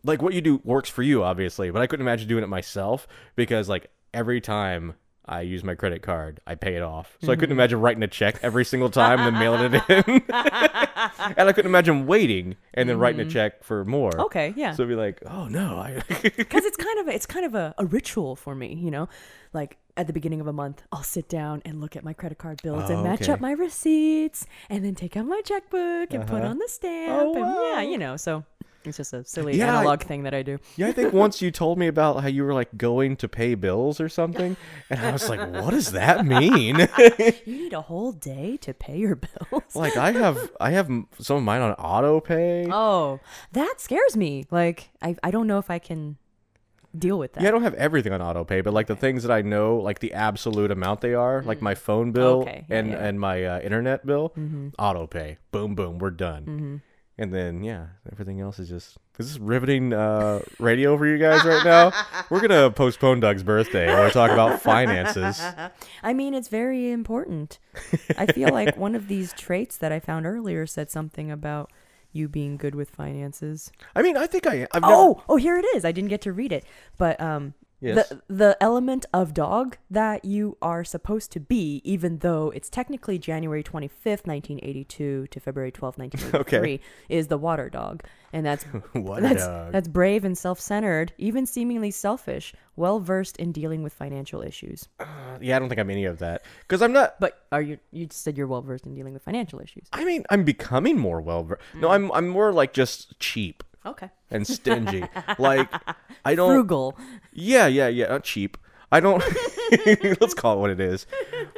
like what you do works for you obviously, but I couldn't imagine doing it myself because like every time I use my credit card, I pay it off. So I couldn't imagine writing a check every single time and then mailing it in. and I couldn't imagine waiting and then writing a check for more. Okay, yeah. So it'd be like, oh no, I because it's kind of it's kind of a, a ritual for me you know like at the beginning of a month i'll sit down and look at my credit card bills Oh, and match okay. up my receipts and then take out my checkbook and put on the stamp Oh, and wow. yeah you know so it's just a silly Yeah, I- analog thing that i do Yeah, I think once you told me about how you were like going to pay bills or something, and I was like, what does that mean? you need a whole day to pay your bills like I have I have m- some of mine on auto pay. oh that scares me like i, I don't know if i can deal with that Yeah, I don't have everything on auto pay, but like the things that I know, like the absolute amount they are, like my phone bill Mm-hmm. Okay, yeah, and yeah. Mm-hmm. and my uh, internet bill, auto pay. Boom, boom, we're done. And then yeah, everything else is just is this riveting uh, radio for you guys right now. We're gonna postpone Doug's birthday. When we're talking about finances. I mean, it's very important. I feel like one of these traits that I found earlier said something about you being good with finances. I mean, I think I I've never, Oh, oh, here it is. I didn't get to read it, but um, Yes. the the element of dog that you are supposed to be, even though it's technically January twenty fifth, nineteen eighty two, to February twelfth, nineteen eighty three, Okay. is the water dog, and that's Water that's dog. that's brave and self centered, even seemingly selfish, well versed in dealing with financial issues. yeah, I don't think I'm any of that because I'm not. But are you? You said you're well versed in dealing with financial issues. I mean, I'm becoming more well. Mm. No, I'm I'm more like just cheap Okay. and stingy. like I don't. Frugal. Yeah, yeah, yeah. Not cheap. I don't. let's call it what it is.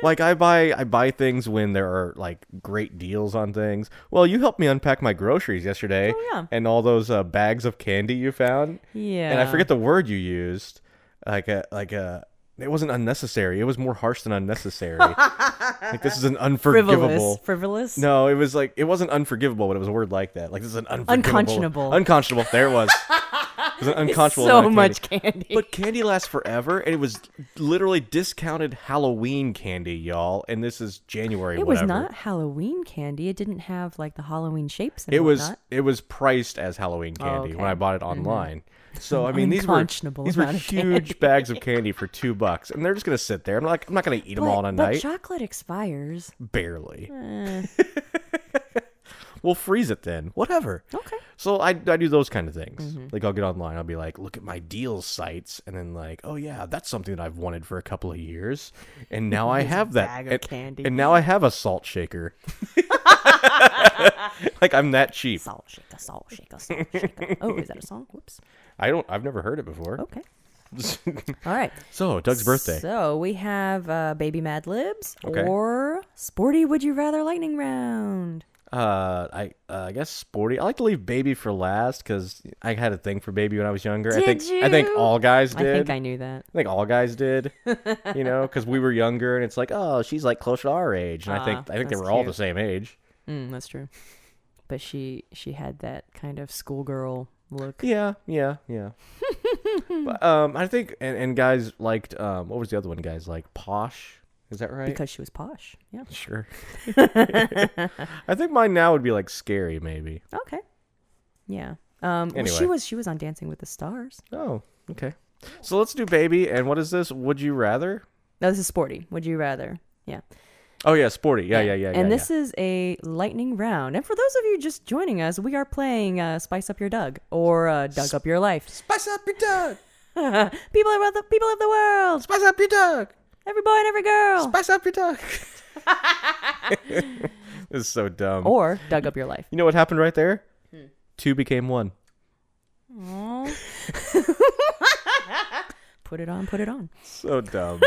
Like I buy, I buy things when there are like great deals on things. Well, you helped me unpack my groceries yesterday, Oh, yeah. and all those uh, bags of candy you found. and I Yeah. forget the word you used. Like a like a It wasn't unnecessary. It was more harsh than unnecessary. like this is an unforgivable. Frivolous. Frivolous. No, it was like it wasn't unforgivable, but it was a word like that. Like this is an unforgivable. Unconscionable. Unconscionable. There it was. It was an unconscionable. so amount of much candy. candy. But candy lasts forever, and it was literally discounted Halloween candy, y'all. And this is January. it was whatever. not Halloween candy. It didn't have like the Halloween shapes. And It was whatnot. it was priced as Halloween candy when Oh, okay. Mm-hmm. I bought it online. So I mean, these were Unconscionable these were amount of huge bags of candy for two bucks, and they're just gonna sit there. I'm like, I'm not gonna eat them all in a but Eh. night, chocolate expires. barely. we'll freeze it then, whatever. Okay. So I, I do those kind of things. Mm-hmm. Like I'll get online, I'll be like, look at my deals sites, and then like, oh yeah, that's something that I've wanted for a couple of years, and now I have that bag of and- candy. and now I have a salt shaker. like I'm that cheap. Salt shaker, salt shaker, salt shaker. oh, is that a song? Whoops. I don't. I've never heard it before. Okay. All right. so Doug's birthday. Oh. So we have uh, Baby Mad Libs Okay. or Sporty Would You Rather Lightning Round. Uh, I uh, I guess sporty. I like to leave baby for last because I had a thing for baby when I was younger. I Did think I think you? all guys I did. think I knew that. I think all guys did, you know, because we were younger, and it's like, oh, she's like closer to our age, and I Ah, think I think they that's were all the cute. same age. Mm, that's true. But she she had that kind of schoolgirl look. Yeah, yeah, yeah. but, um, I think and, and guys liked um, what was the other one? Guys like posh. Is that right? Because she was posh. Yeah. sure. I think mine now would be like scary, maybe. Okay. Yeah. Um, well, she Anyway. was she was on Dancing with the Stars. Oh, okay. So let's do baby. And what is this? Would you rather? No, this is Sporty. Would you rather? Yeah. Oh yeah, sporty. Yeah, yeah, yeah. yeah and this is a lightning round. And for those of you just joining us, we are playing uh, Spice Up Your Doug or uh, Doug Up Your Life. spice up your dog. people of the people of the world, Spice up your dog. every boy and every girl, Spice up your dog. this is so dumb. or Doug Up Your Life. You know what happened right there? Hmm. Two became one. Put it on, put it on. So dumb.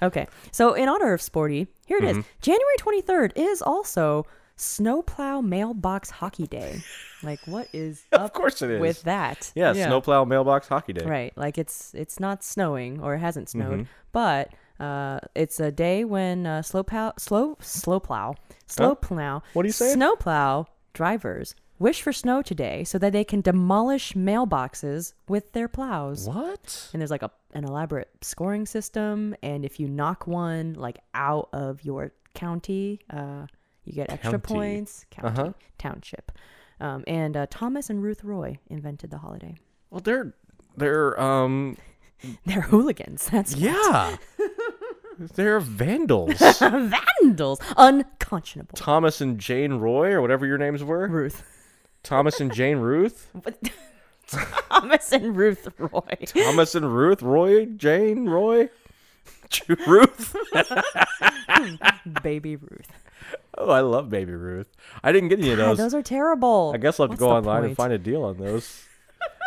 Okay, so in honor of Sporty, here it is. Mm-hmm. January twenty third is also Snowplow Mailbox Hockey Day. like, what is up of course it is. with that? yeah, snowplow mailbox hockey day. Right. Like it's it's not snowing or it hasn't snowed, Mm-hmm. but uh, it's a day when uh, slow plow, slow slow plow, slow plow. What are you saying? Snow plow drivers wish for snow today so that they can demolish mailboxes with their plows. What? And there's like a an elaborate scoring system, and if you knock one like out of your county, uh, you get extra County. Uh-huh. points. County township. Um, and uh, Thomas and Ruth Roy invented the holiday. Well, they're they're um They're hooligans. That's yeah. they're vandals. vandals. Unconscionable. Thomas and Jane Roy or whatever your names were. Ruth. Thomas and Jane Ruth. What- Thomas and Ruth Roy. Thomas and Ruth, Roy, Jane, Roy, Ju- Ruth. Baby Ruth. Oh, I love Baby Ruth. I didn't get any of God, those. those are terrible. I guess I'll have to go online and find a deal on those.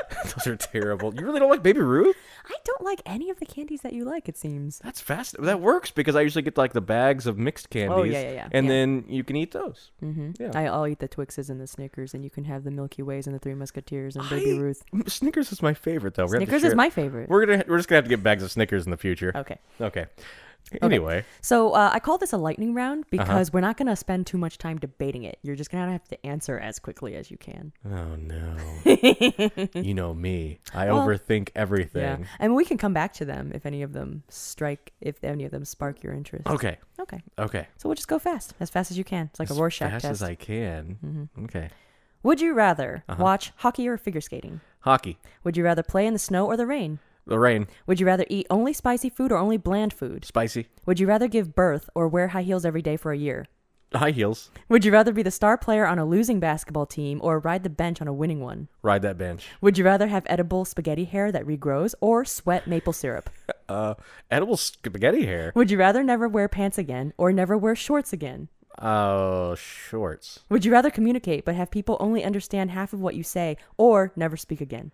those are terrible. You really don't like Baby Ruth? I don't like any of the candies that you like, it seems. That's fast. That works because I usually get like the bags of mixed candies. Oh, yeah, yeah, yeah, And yeah. then you can eat those. Mm-hmm. Yeah. I, I'll eat the Twixes and the Snickers, and you can have the Milky Ways and the Three Musketeers and Baby I- Ruth. Snickers is my favorite though. We're gonna have to Snickers share is it. my Oh. favorite. We're gonna. We're just gonna have to get bags of Snickers in the future. Okay. Okay. Anyway, So uh, I call this a lightning Uh-huh. round because we're not going to spend too much time debating it. You're just going to have to answer as quickly as you can. Oh no. you know me. I overthink everything. Yeah. And we can come back to them if any of them strike, if any of them spark your interest. Okay. Okay. Okay. So we'll just go fast, as fast as you can. It's like a Rorschach Fast test. Mm-hmm. as I can. Okay. Would you rather Uh-huh. watch hockey or figure skating? Hockey. Would you rather play in the snow or the rain? The rain. Would you rather eat only spicy food or only bland food? Spicy. Would you rather give birth or wear high heels every day for a year? High heels. Would you rather be the star player on a losing basketball team or ride the bench on a winning one? Ride that bench. Would you rather have edible spaghetti hair that regrows or sweat maple syrup? Uh, edible spaghetti hair. Would you rather never wear pants again or never wear shorts again? Oh, shorts. Would you rather communicate but have people only understand half of what you say or never speak again?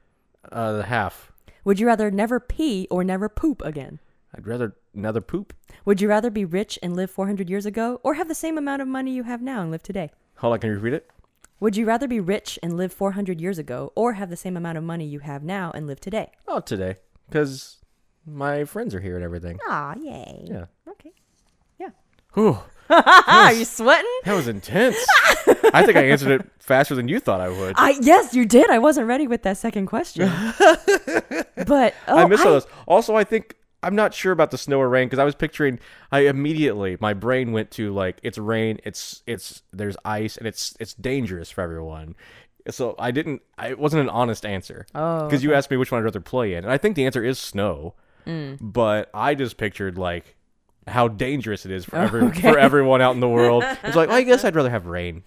Uh, the half. Would you rather never pee or never poop again? I'd rather another poop. Would you rather be rich and live 400 years ago or have the same amount of money you have now and live today? Hold on, can you repeat it? Would you rather be rich and live 400 years ago or have the same amount of money you have now and live today? Oh, today. Because my friends are here and everything. Aw, yay. Yeah. Okay. Yeah. Whew, Ah, are you sweating? that was intense. I think I answered it faster than you thought I would. I yes, you did. I wasn't ready with that second question. but oh, I miss all those. Also, I think I'm not sure about the snow or rain because I was picturing. I immediately my brain went to like it's rain, it's it's there's ice, and it's it's dangerous for everyone. So I didn't. I, it wasn't an honest answer. Oh, because you asked me which one I'd rather play in, and I think the answer is snow. But I just pictured like how dangerous it is for every, for everyone out in the world. It's like I guess I'd rather have rain.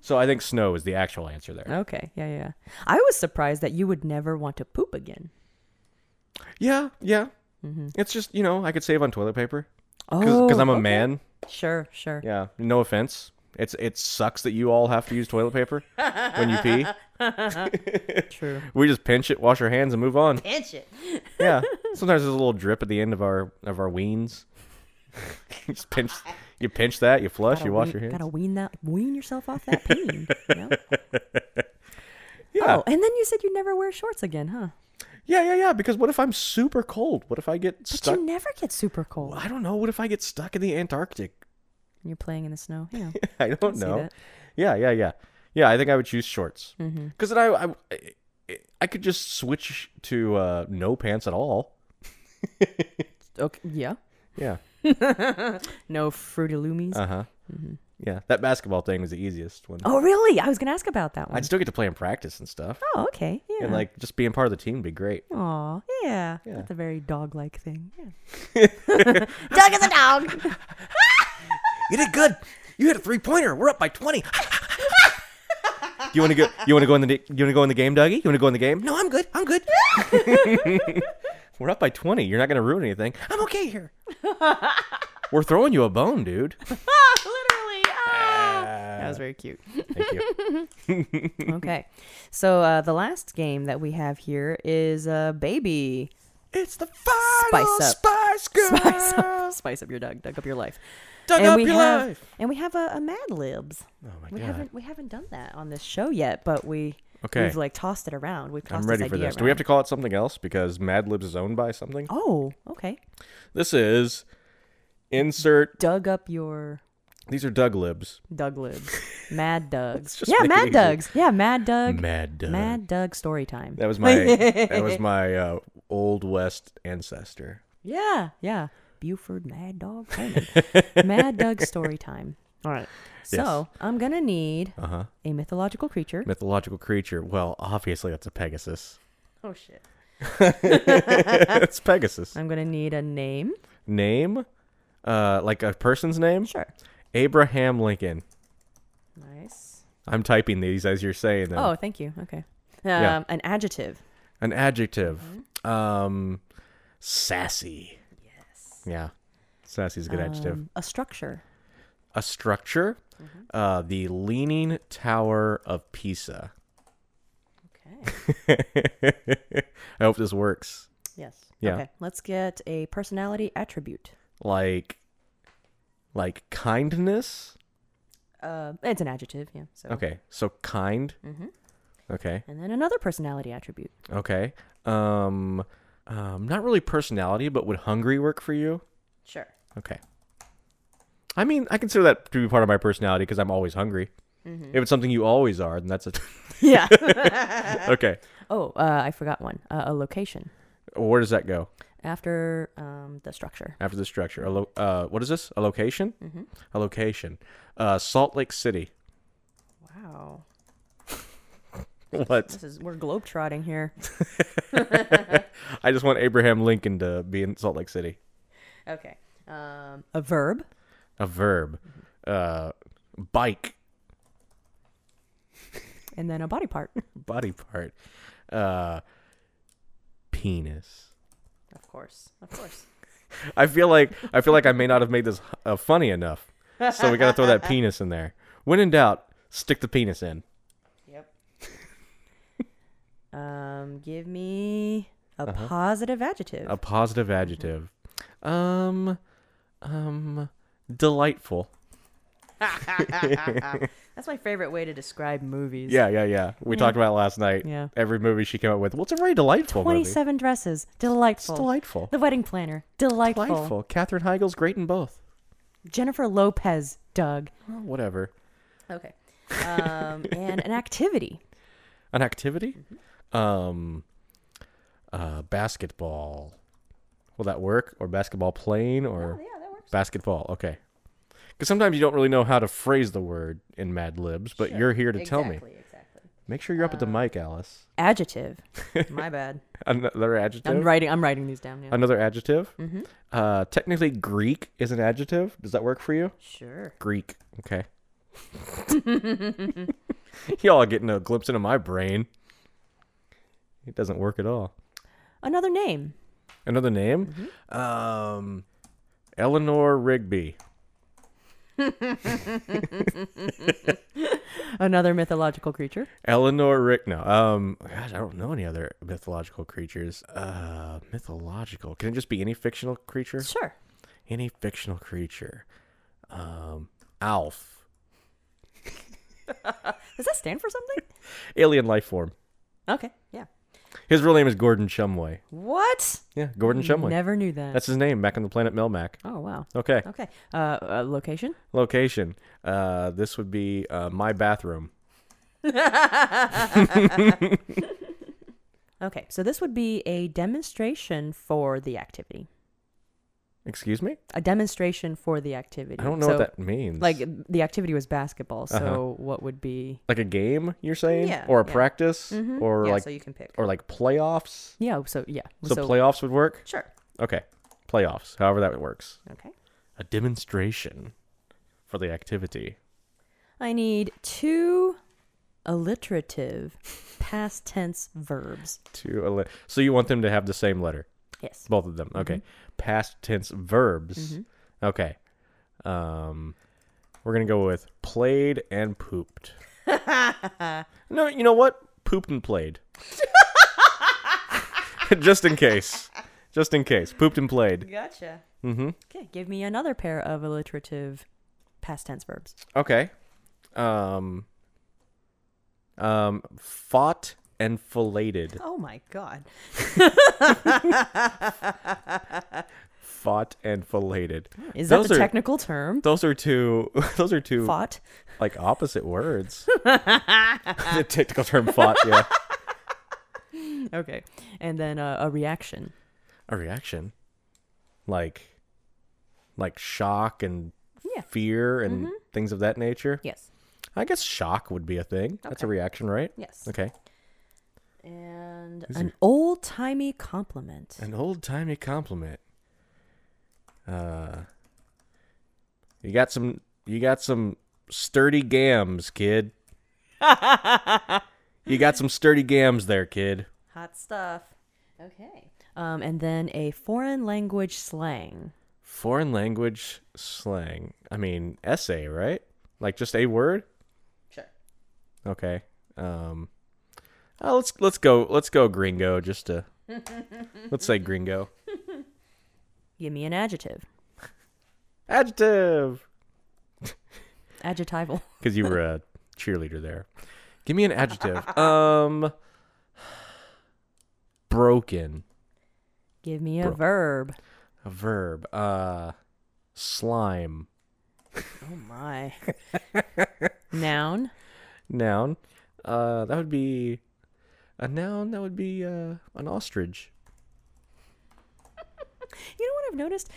so I think snow is the actual answer there. Okay, yeah, yeah. I was surprised that you would never want to poop again. Yeah, yeah. It's just you know I could save on toilet paper. Oh, because I'm a okay. man. Sure, sure. Yeah. No offense. It's it sucks that you all have to use toilet paper when you pee. True. We just pinch it, wash our hands, and move on. Pinch it. Yeah. Sometimes there's a little drip at the end of our of our weens. you just pinch. You pinch that. You flush. You wash your hands. Gotta wean that, wean yourself off that peen. you know? Yeah. Oh, and then you said you'd never wear shorts again, huh? Yeah. Yeah. Yeah. Because what if I'm super cold? What if I get But stuck? you never get super cold. I don't know. What if I get stuck in the Antarctic? when You're playing in the snow. Yeah. I don't see know. that. Mm-hmm. Yeah, yeah, yeah, yeah. I think I would choose shorts because then I, I- I, I could just switch to uh, no pants at all. okay. Yeah. Yeah. No fruity loomies. Uh huh. Yeah. That basketball thing was the easiest one. Mm-hmm. oh, really? I was gonna ask about that one. I'd still get to play in practice and stuff, oh, okay. Yeah. and like just being part of the team would be great. Aw, yeah. Yeah. That's a very dog like thing. Yeah. Doug is a dog. You did good. You hit a three pointer. We're up by twenty. you want to go? You want to go in the? You want to go in the game, Dougie? You want to go in the game? No, I'm good. I'm good. We're up by twenty. You're not going to ruin anything. I'm okay here. We're throwing you a bone, dude. Literally. Ah. That was very cute. Thank you. okay. So uh, the last game that we have here is uh, Baby. It's the final Spice up. Spice Girl. Spice up, spice up your dog. Dug up your life. Dug up your have, life. And we have a, a Mad Libs. Oh my We god. haven't we haven't done that on this show yet, but we Okay. we've like tossed it around. We've tossed I'm ready this for idea this. Do we have to call it something else because Mad Libs is owned by something? around. Oh, okay. This is insert. Dug up your These are Doug Libs. Doug Libs. Mad Dugs. just Yeah, make it Mad easy. Dugs. Yeah, Mad Doug. Mad Doug. Mad Doug story time. That was my that was my uh, old west ancestor. Yeah, yeah. Buford Mad Dog Conan. Mad Doug story time. All right. So I'm gonna need Uh-huh. a mythological creature. Mythological creature. Well, obviously that's a Pegasus. Oh shit. it's Pegasus. I'm gonna need a name. Name? Uh, like a person's name? Sure. Abraham Lincoln. Nice. I'm typing these as you're saying them. Oh, thank you. Okay. Um, Yeah. An adjective. An adjective. Mm-hmm. Um, sassy. Yes. Yeah. Sassy's a good adjective. Um, a structure. A structure. Uh, the Leaning Tower of Pisa. Okay. I hope this works. yes. Yeah. Okay. Let's get a personality attribute. Like, like kindness. Uh, it's an adjective. Yeah. So. Okay, so kind. Okay, And then another personality attribute. okay. Um, um, not really personality, but would hungry work for you? Sure. Okay. I mean, I consider that to be part of my personality because I'm always hungry. If it's something you always are, then that's a Yeah. okay. oh, uh, I forgot one. Uh, a location Where does that go after um, the structure. after the structure? A lo- uh, what is this? A location? Mm-hmm. A location. Uh, Salt Lake City. Wow. What? This is we're globetrotting here. I just want Abraham Lincoln to be in Salt Lake City. Okay. Um, a verb. A verb. Uh, bike. And then a body part. Body part. Uh, penis. Of course. Of course. I feel like I feel like I may not have made this uh, funny enough. So we gotta throw that penis in there. When in doubt, stick the penis in. Yep. um, give me a Uh-huh. positive adjective. A positive adjective. Um, um, delightful. That's my favorite way to describe movies. Yeah, yeah, yeah. We talked about it last night. Yeah. Every movie she came up with. Well, it's a very delightful movie. 27 dresses. Delightful. It's delightful. The Wedding Planner. Delightful. Delightful. Catherine Heigl's great in both. Jennifer Lopez. Doug. Well, whatever. Okay. Um, and an activity. An activity? Mm-hmm. Um uh basketball. Will that work? Or basketball playing or Oh, that works. basketball. Okay. Cuz sometimes you don't really know how to phrase the word in Mad Libs, but you're here to tell me. Exactly. Um, Make sure you're up at the mic, Alice. Adjective. my bad. Another I'm adjective? writing. I'm writing these down. Yeah. Another adjective? Mm-hmm. Uh technically Greek is an adjective. Does that work for you? Sure. Greek. Okay. Y'all are getting a glimpse into my brain. It doesn't work at all. Another name. Another name? Um, Eleanor Rigby. Another mythological creature. Eleanor Rick. No. Um, gosh, I don't know any other mythological creatures. Uh, mythological. Can it just be any fictional creature? Sure. Any fictional creature. Um, Alf. Does that stand for something? Alien life form. Okay. Yeah. His real name is Gordon Chumway. What? Yeah, Gordon Chumway. Never knew that. That's his name back on the planet Melmac. oh wow. Okay. Okay. Uh, uh, location. Location. Uh, this would be uh, my bathroom. Okay. So this would be a demonstration for the activity. Excuse me? A demonstration for the activity. I don't know So, what that means. Uh-huh. Like the activity was basketball. So what would be? like a game, you're saying? Yeah, or a yeah. Mm-hmm. practice? Or yeah. like so you can pick. or like playoffs? yeah. So yeah. So, playoffs would work? Sure. Okay. Playoffs, however that works. Okay. A demonstration for the activity. I need two alliterative past tense verbs. To a li- so you want them to have the same letter. Yes. Both of them. Okay. Mm-hmm. Past tense verbs. Okay. Um we're going to go with played and pooped. no, you know what? Pooped and played. Just in case. Just in case. Pooped and played. Gotcha. Mm-hmm. Okay, give me another pair of alliterative past tense verbs. Okay. Um um fought and filleted. Oh my god. Fought and filleted. Is Those that the are- technical term? Those are two those are two Fought. like opposite words. the technical term fought, yeah. Mm. Okay. And then uh, a reaction. a reaction like like shock and Yeah. Mm-hmm. fear and things of that nature Yes. i guess shock would be a thing that's a reaction right Yes. okay And an old timey compliment. an old-timey compliment uh you got some you got some sturdy gams kid you got some sturdy gams there kid Hot stuff. Okay. Um, and then a foreign language slang. foreign language slang i mean essay right like just a word Sure. Okay. Um, uh, let's let's go let's go gringo just to let's say gringo Give me an adjective. adjective Adjectival. because you were a cheerleader there. Give me an adjective. Um, broken Give me a Bro. verb. a verb. Uh, slime Oh my. Noun. noun. Uh, that would be a noun. That would be uh, an ostrich. You know what I've noticed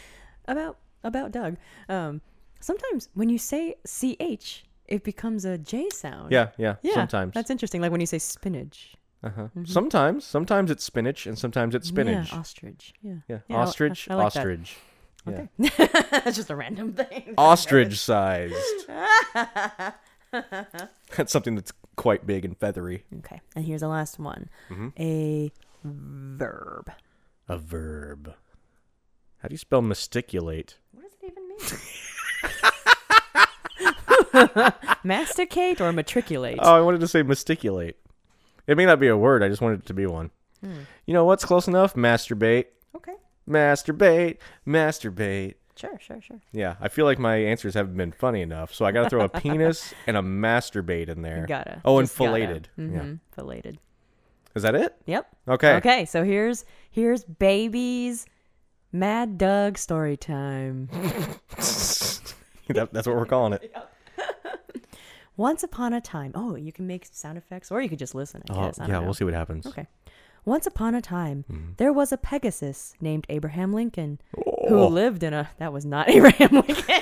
about about Doug? Um, sometimes when you say ch, it becomes a j sound. Yeah, yeah. Yeah, sometimes. that's interesting. Like when you say spinach. uh-huh. Sometimes. Sometimes it's spinach, and sometimes it's spinach. Yeah, ostrich. Yeah. Yeah, I- I- ostrich, I like that. ostrich. Yeah. that's just a random thing. Ostrich sized. that's something that's quite big and feathery. Okay, and here's the last one. Mm-hmm. A verb. A verb. How do you spell masticulate? What does it even mean? Masticate or matriculate? Oh, I wanted to say masticulate. It may not be a word, I just wanted it to be one. Hmm. You know what's close enough? Masturbate. Okay. Masturbate. Masturbate. Sure, sure, sure. Yeah, I feel like my answers haven't been funny enough, so I got to throw a penis and a masturbate in there. Gotta. Oh, and Just gotta. filleted. Yeah. Mhm, Filleted. Is that it? Yep. Okay. Okay, so here's here's babies, Mad Doug story time. that, that's what we're calling it. Once upon a time. Oh, you can make sound effects, or you could just listen. I Oh, guess. I don't yeah, know. we'll Mm-hmm. see what happens. Okay. Once upon a time, there was a Pegasus named Abraham Lincoln Oh. who lived in a. That was not Abraham Lincoln.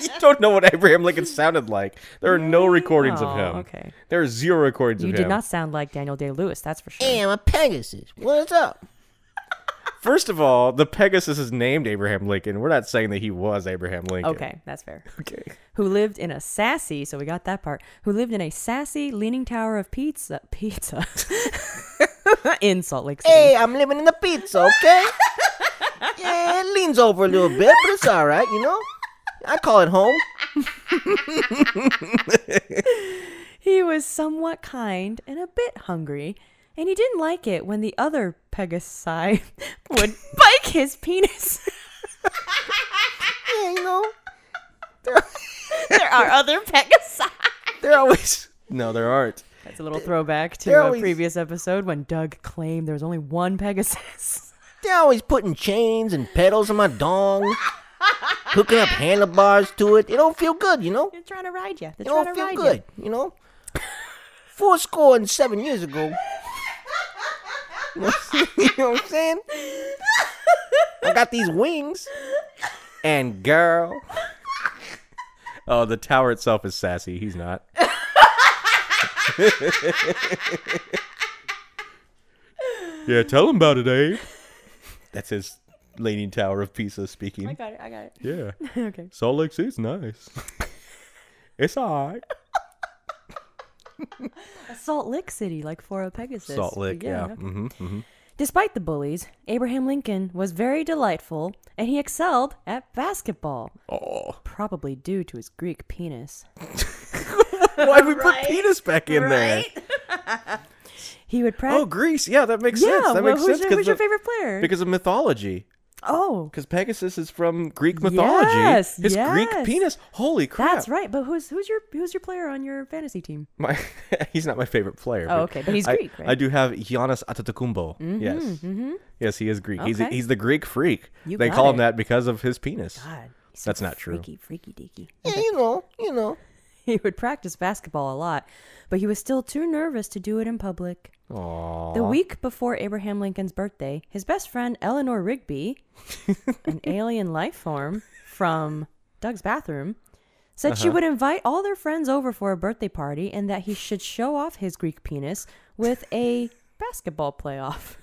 You don't know what Abraham Lincoln sounded like. There are no recordings Oh, of him. okay. There are zero recordings you of him. did not sound like Daniel Day Lewis. That's for sure. Hey, I'm a Pegasus. What's up? First of all, the Pegasus is named Abraham Lincoln. We're not saying that he was Abraham Lincoln. Okay, that's fair. Okay. Who lived in a sassy? So we got that part. Who lived in a sassy leaning tower of pizza? Pizza. in Salt Lake City. Hey, I'm living in the pizza, okay? yeah, it leans over a little bit, but it's all right, you know? I call it home. He was somewhat kind and a bit hungry, and he didn't like it when the other Pegasi would bike his penis. Yeah, you know? there are other Pegasi. They're always. No, there aren't. That's a little throwback to they're a always- previous episode when Doug claimed there was only one Pegasus. They're always putting chains and pedals on my dong, hooking up handlebars to it. It don't feel good, you know? They're trying to ride you. It They're trying don't to feel ride good, you know? Four score and seven years ago. you know what I'm saying? I got these wings. And girl. Oh, the tower itself is sassy. He's not. yeah, tell him about it, Abe. That's his leaning tower of Pisa speaking. you. I got it. I got it. Yeah. Okay. Salt Lake City's nice. it's all right. Salt Lick City, like for a Pegasus. Salt Lake, yeah. okay. hmm hmm Despite the bullies, Abraham Lincoln was very delightful, and he excelled at basketball, Oh. probably due to his Greek penis. Why'd we put penis back in there? He would practice. Oh, Greece. Yeah, that makes yeah, sense. That well, who's, makes sense your, 'cause who's your the- favorite player? because of mythology. oh, Because Pegasus is from Greek mythology. Yes, His Greek yes. penis. Holy crap! that's right. But who's who's your who's your player on your fantasy team? My, he's not my favorite player. Oh, okay, but he's I- Greek, right? Mm-hmm, I do have Giannis Antetokounmpo. yes, yes, he is Greek. He's Okay. he's the Greek freak. You they got call him it. that because of his penis. God, he's That's not true. Freaky, freaky, deaky. Yeah, you know, you know. He would practice basketball a lot, but he was still too nervous to do it in public. Aw. The week before Abraham Lincoln's birthday, his best friend Eleanor Rigby, an alien life form from Doug's bathroom, said she would invite all their friends over for a birthday party and that he should show off his Greek penis with a basketball playoff.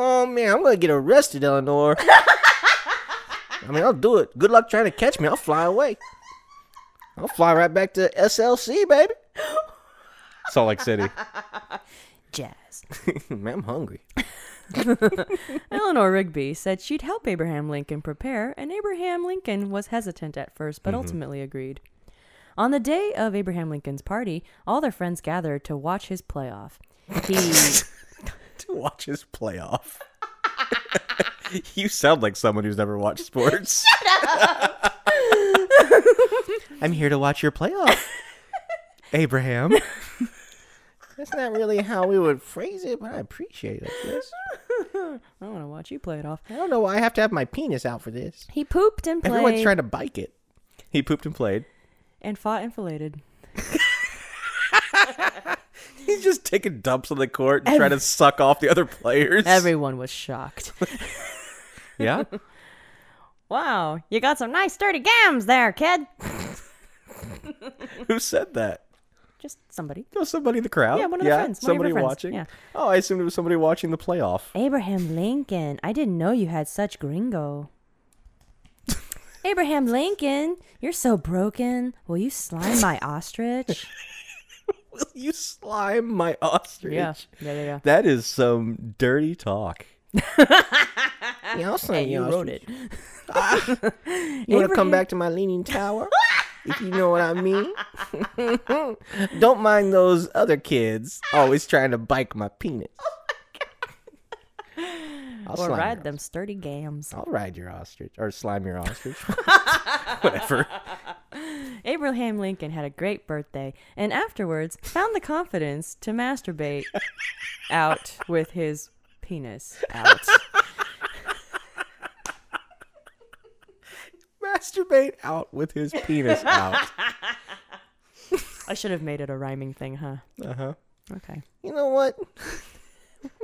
Oh man, I'm gonna get arrested, Eleanor. I mean, I'll do it. Good luck trying to catch me. I'll fly away. I'll fly right back to SLC, baby. Salt Lake City. Jazz. Man, I'm hungry. Eleanor Rigby said she'd help Abraham Lincoln prepare, and Abraham Lincoln was hesitant at first, but ultimately agreed. On the day of Abraham Lincoln's party, all their friends gathered to watch his playoff. He to watch his playoff. you sound like someone who's never watched sports. Shut up. I'm here to watch your playoff. Abraham. That's not really how we would phrase it, but I appreciate it. I guess. I want to watch you play it off. I don't know why I have to have my penis out for this. He pooped and Everyone's played trying to bike it. He pooped and played. and fought and filleted. He's just taking dumps on the court and trying to suck off the other players. Everyone was shocked. yeah. wow, you got some nice sturdy gams there, kid. Who said that? Just somebody. It was somebody in the crowd. Yeah, one of the friends, one of your somebody friends, watching. yeah. Oh, I assumed it was somebody watching the playoff. Abraham Lincoln, I didn't know you had such gringo. Abraham Lincoln, you're so broken. Will you slime my ostrich? Will you slime my ostrich? yeah, yeah, yeah, yeah. That is some dirty talk. Yeah, I'll sign You your wrote ostrich. it. You want to Abraham- come back to my leaning tower? if you know what I mean. Don't mind those other kids always trying to bike my penis. I'll or slime ride your them sturdy gams. I'll ride your ostrich or slime your ostrich. Abraham Lincoln had a great birthday and afterwards found the confidence to masturbate out with his penis out. Masturbate out with his penis out. I should have made it a rhyming thing, huh? Uh huh. Okay. You know what?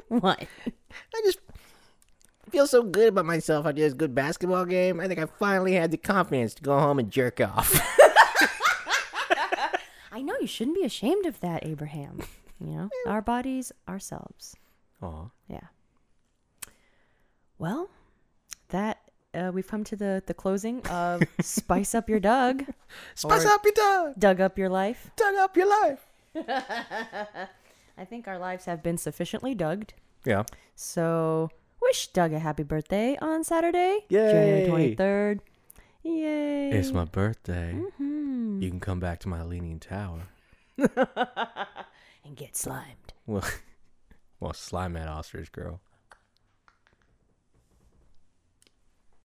What? I just feel so good about myself after this good basketball game. I think I finally had the confidence to go home and jerk off. I know you shouldn't be ashamed of that, Abraham. You know, our bodies, ourselves. Aw. Yeah. Well, that uh, we've come to the the closing of spice up your Doug, Spice Or- up your dog. Doug up your life. Dug up your life. I think our lives have been sufficiently dugged. Yeah. So wish Doug a happy birthday on Saturday, Yay. January twenty third. Yay! Hmm. It's my birthday. Mm-hmm. You can come back to my leaning tower. and get slimed. Well, well, slime that ostrich girl.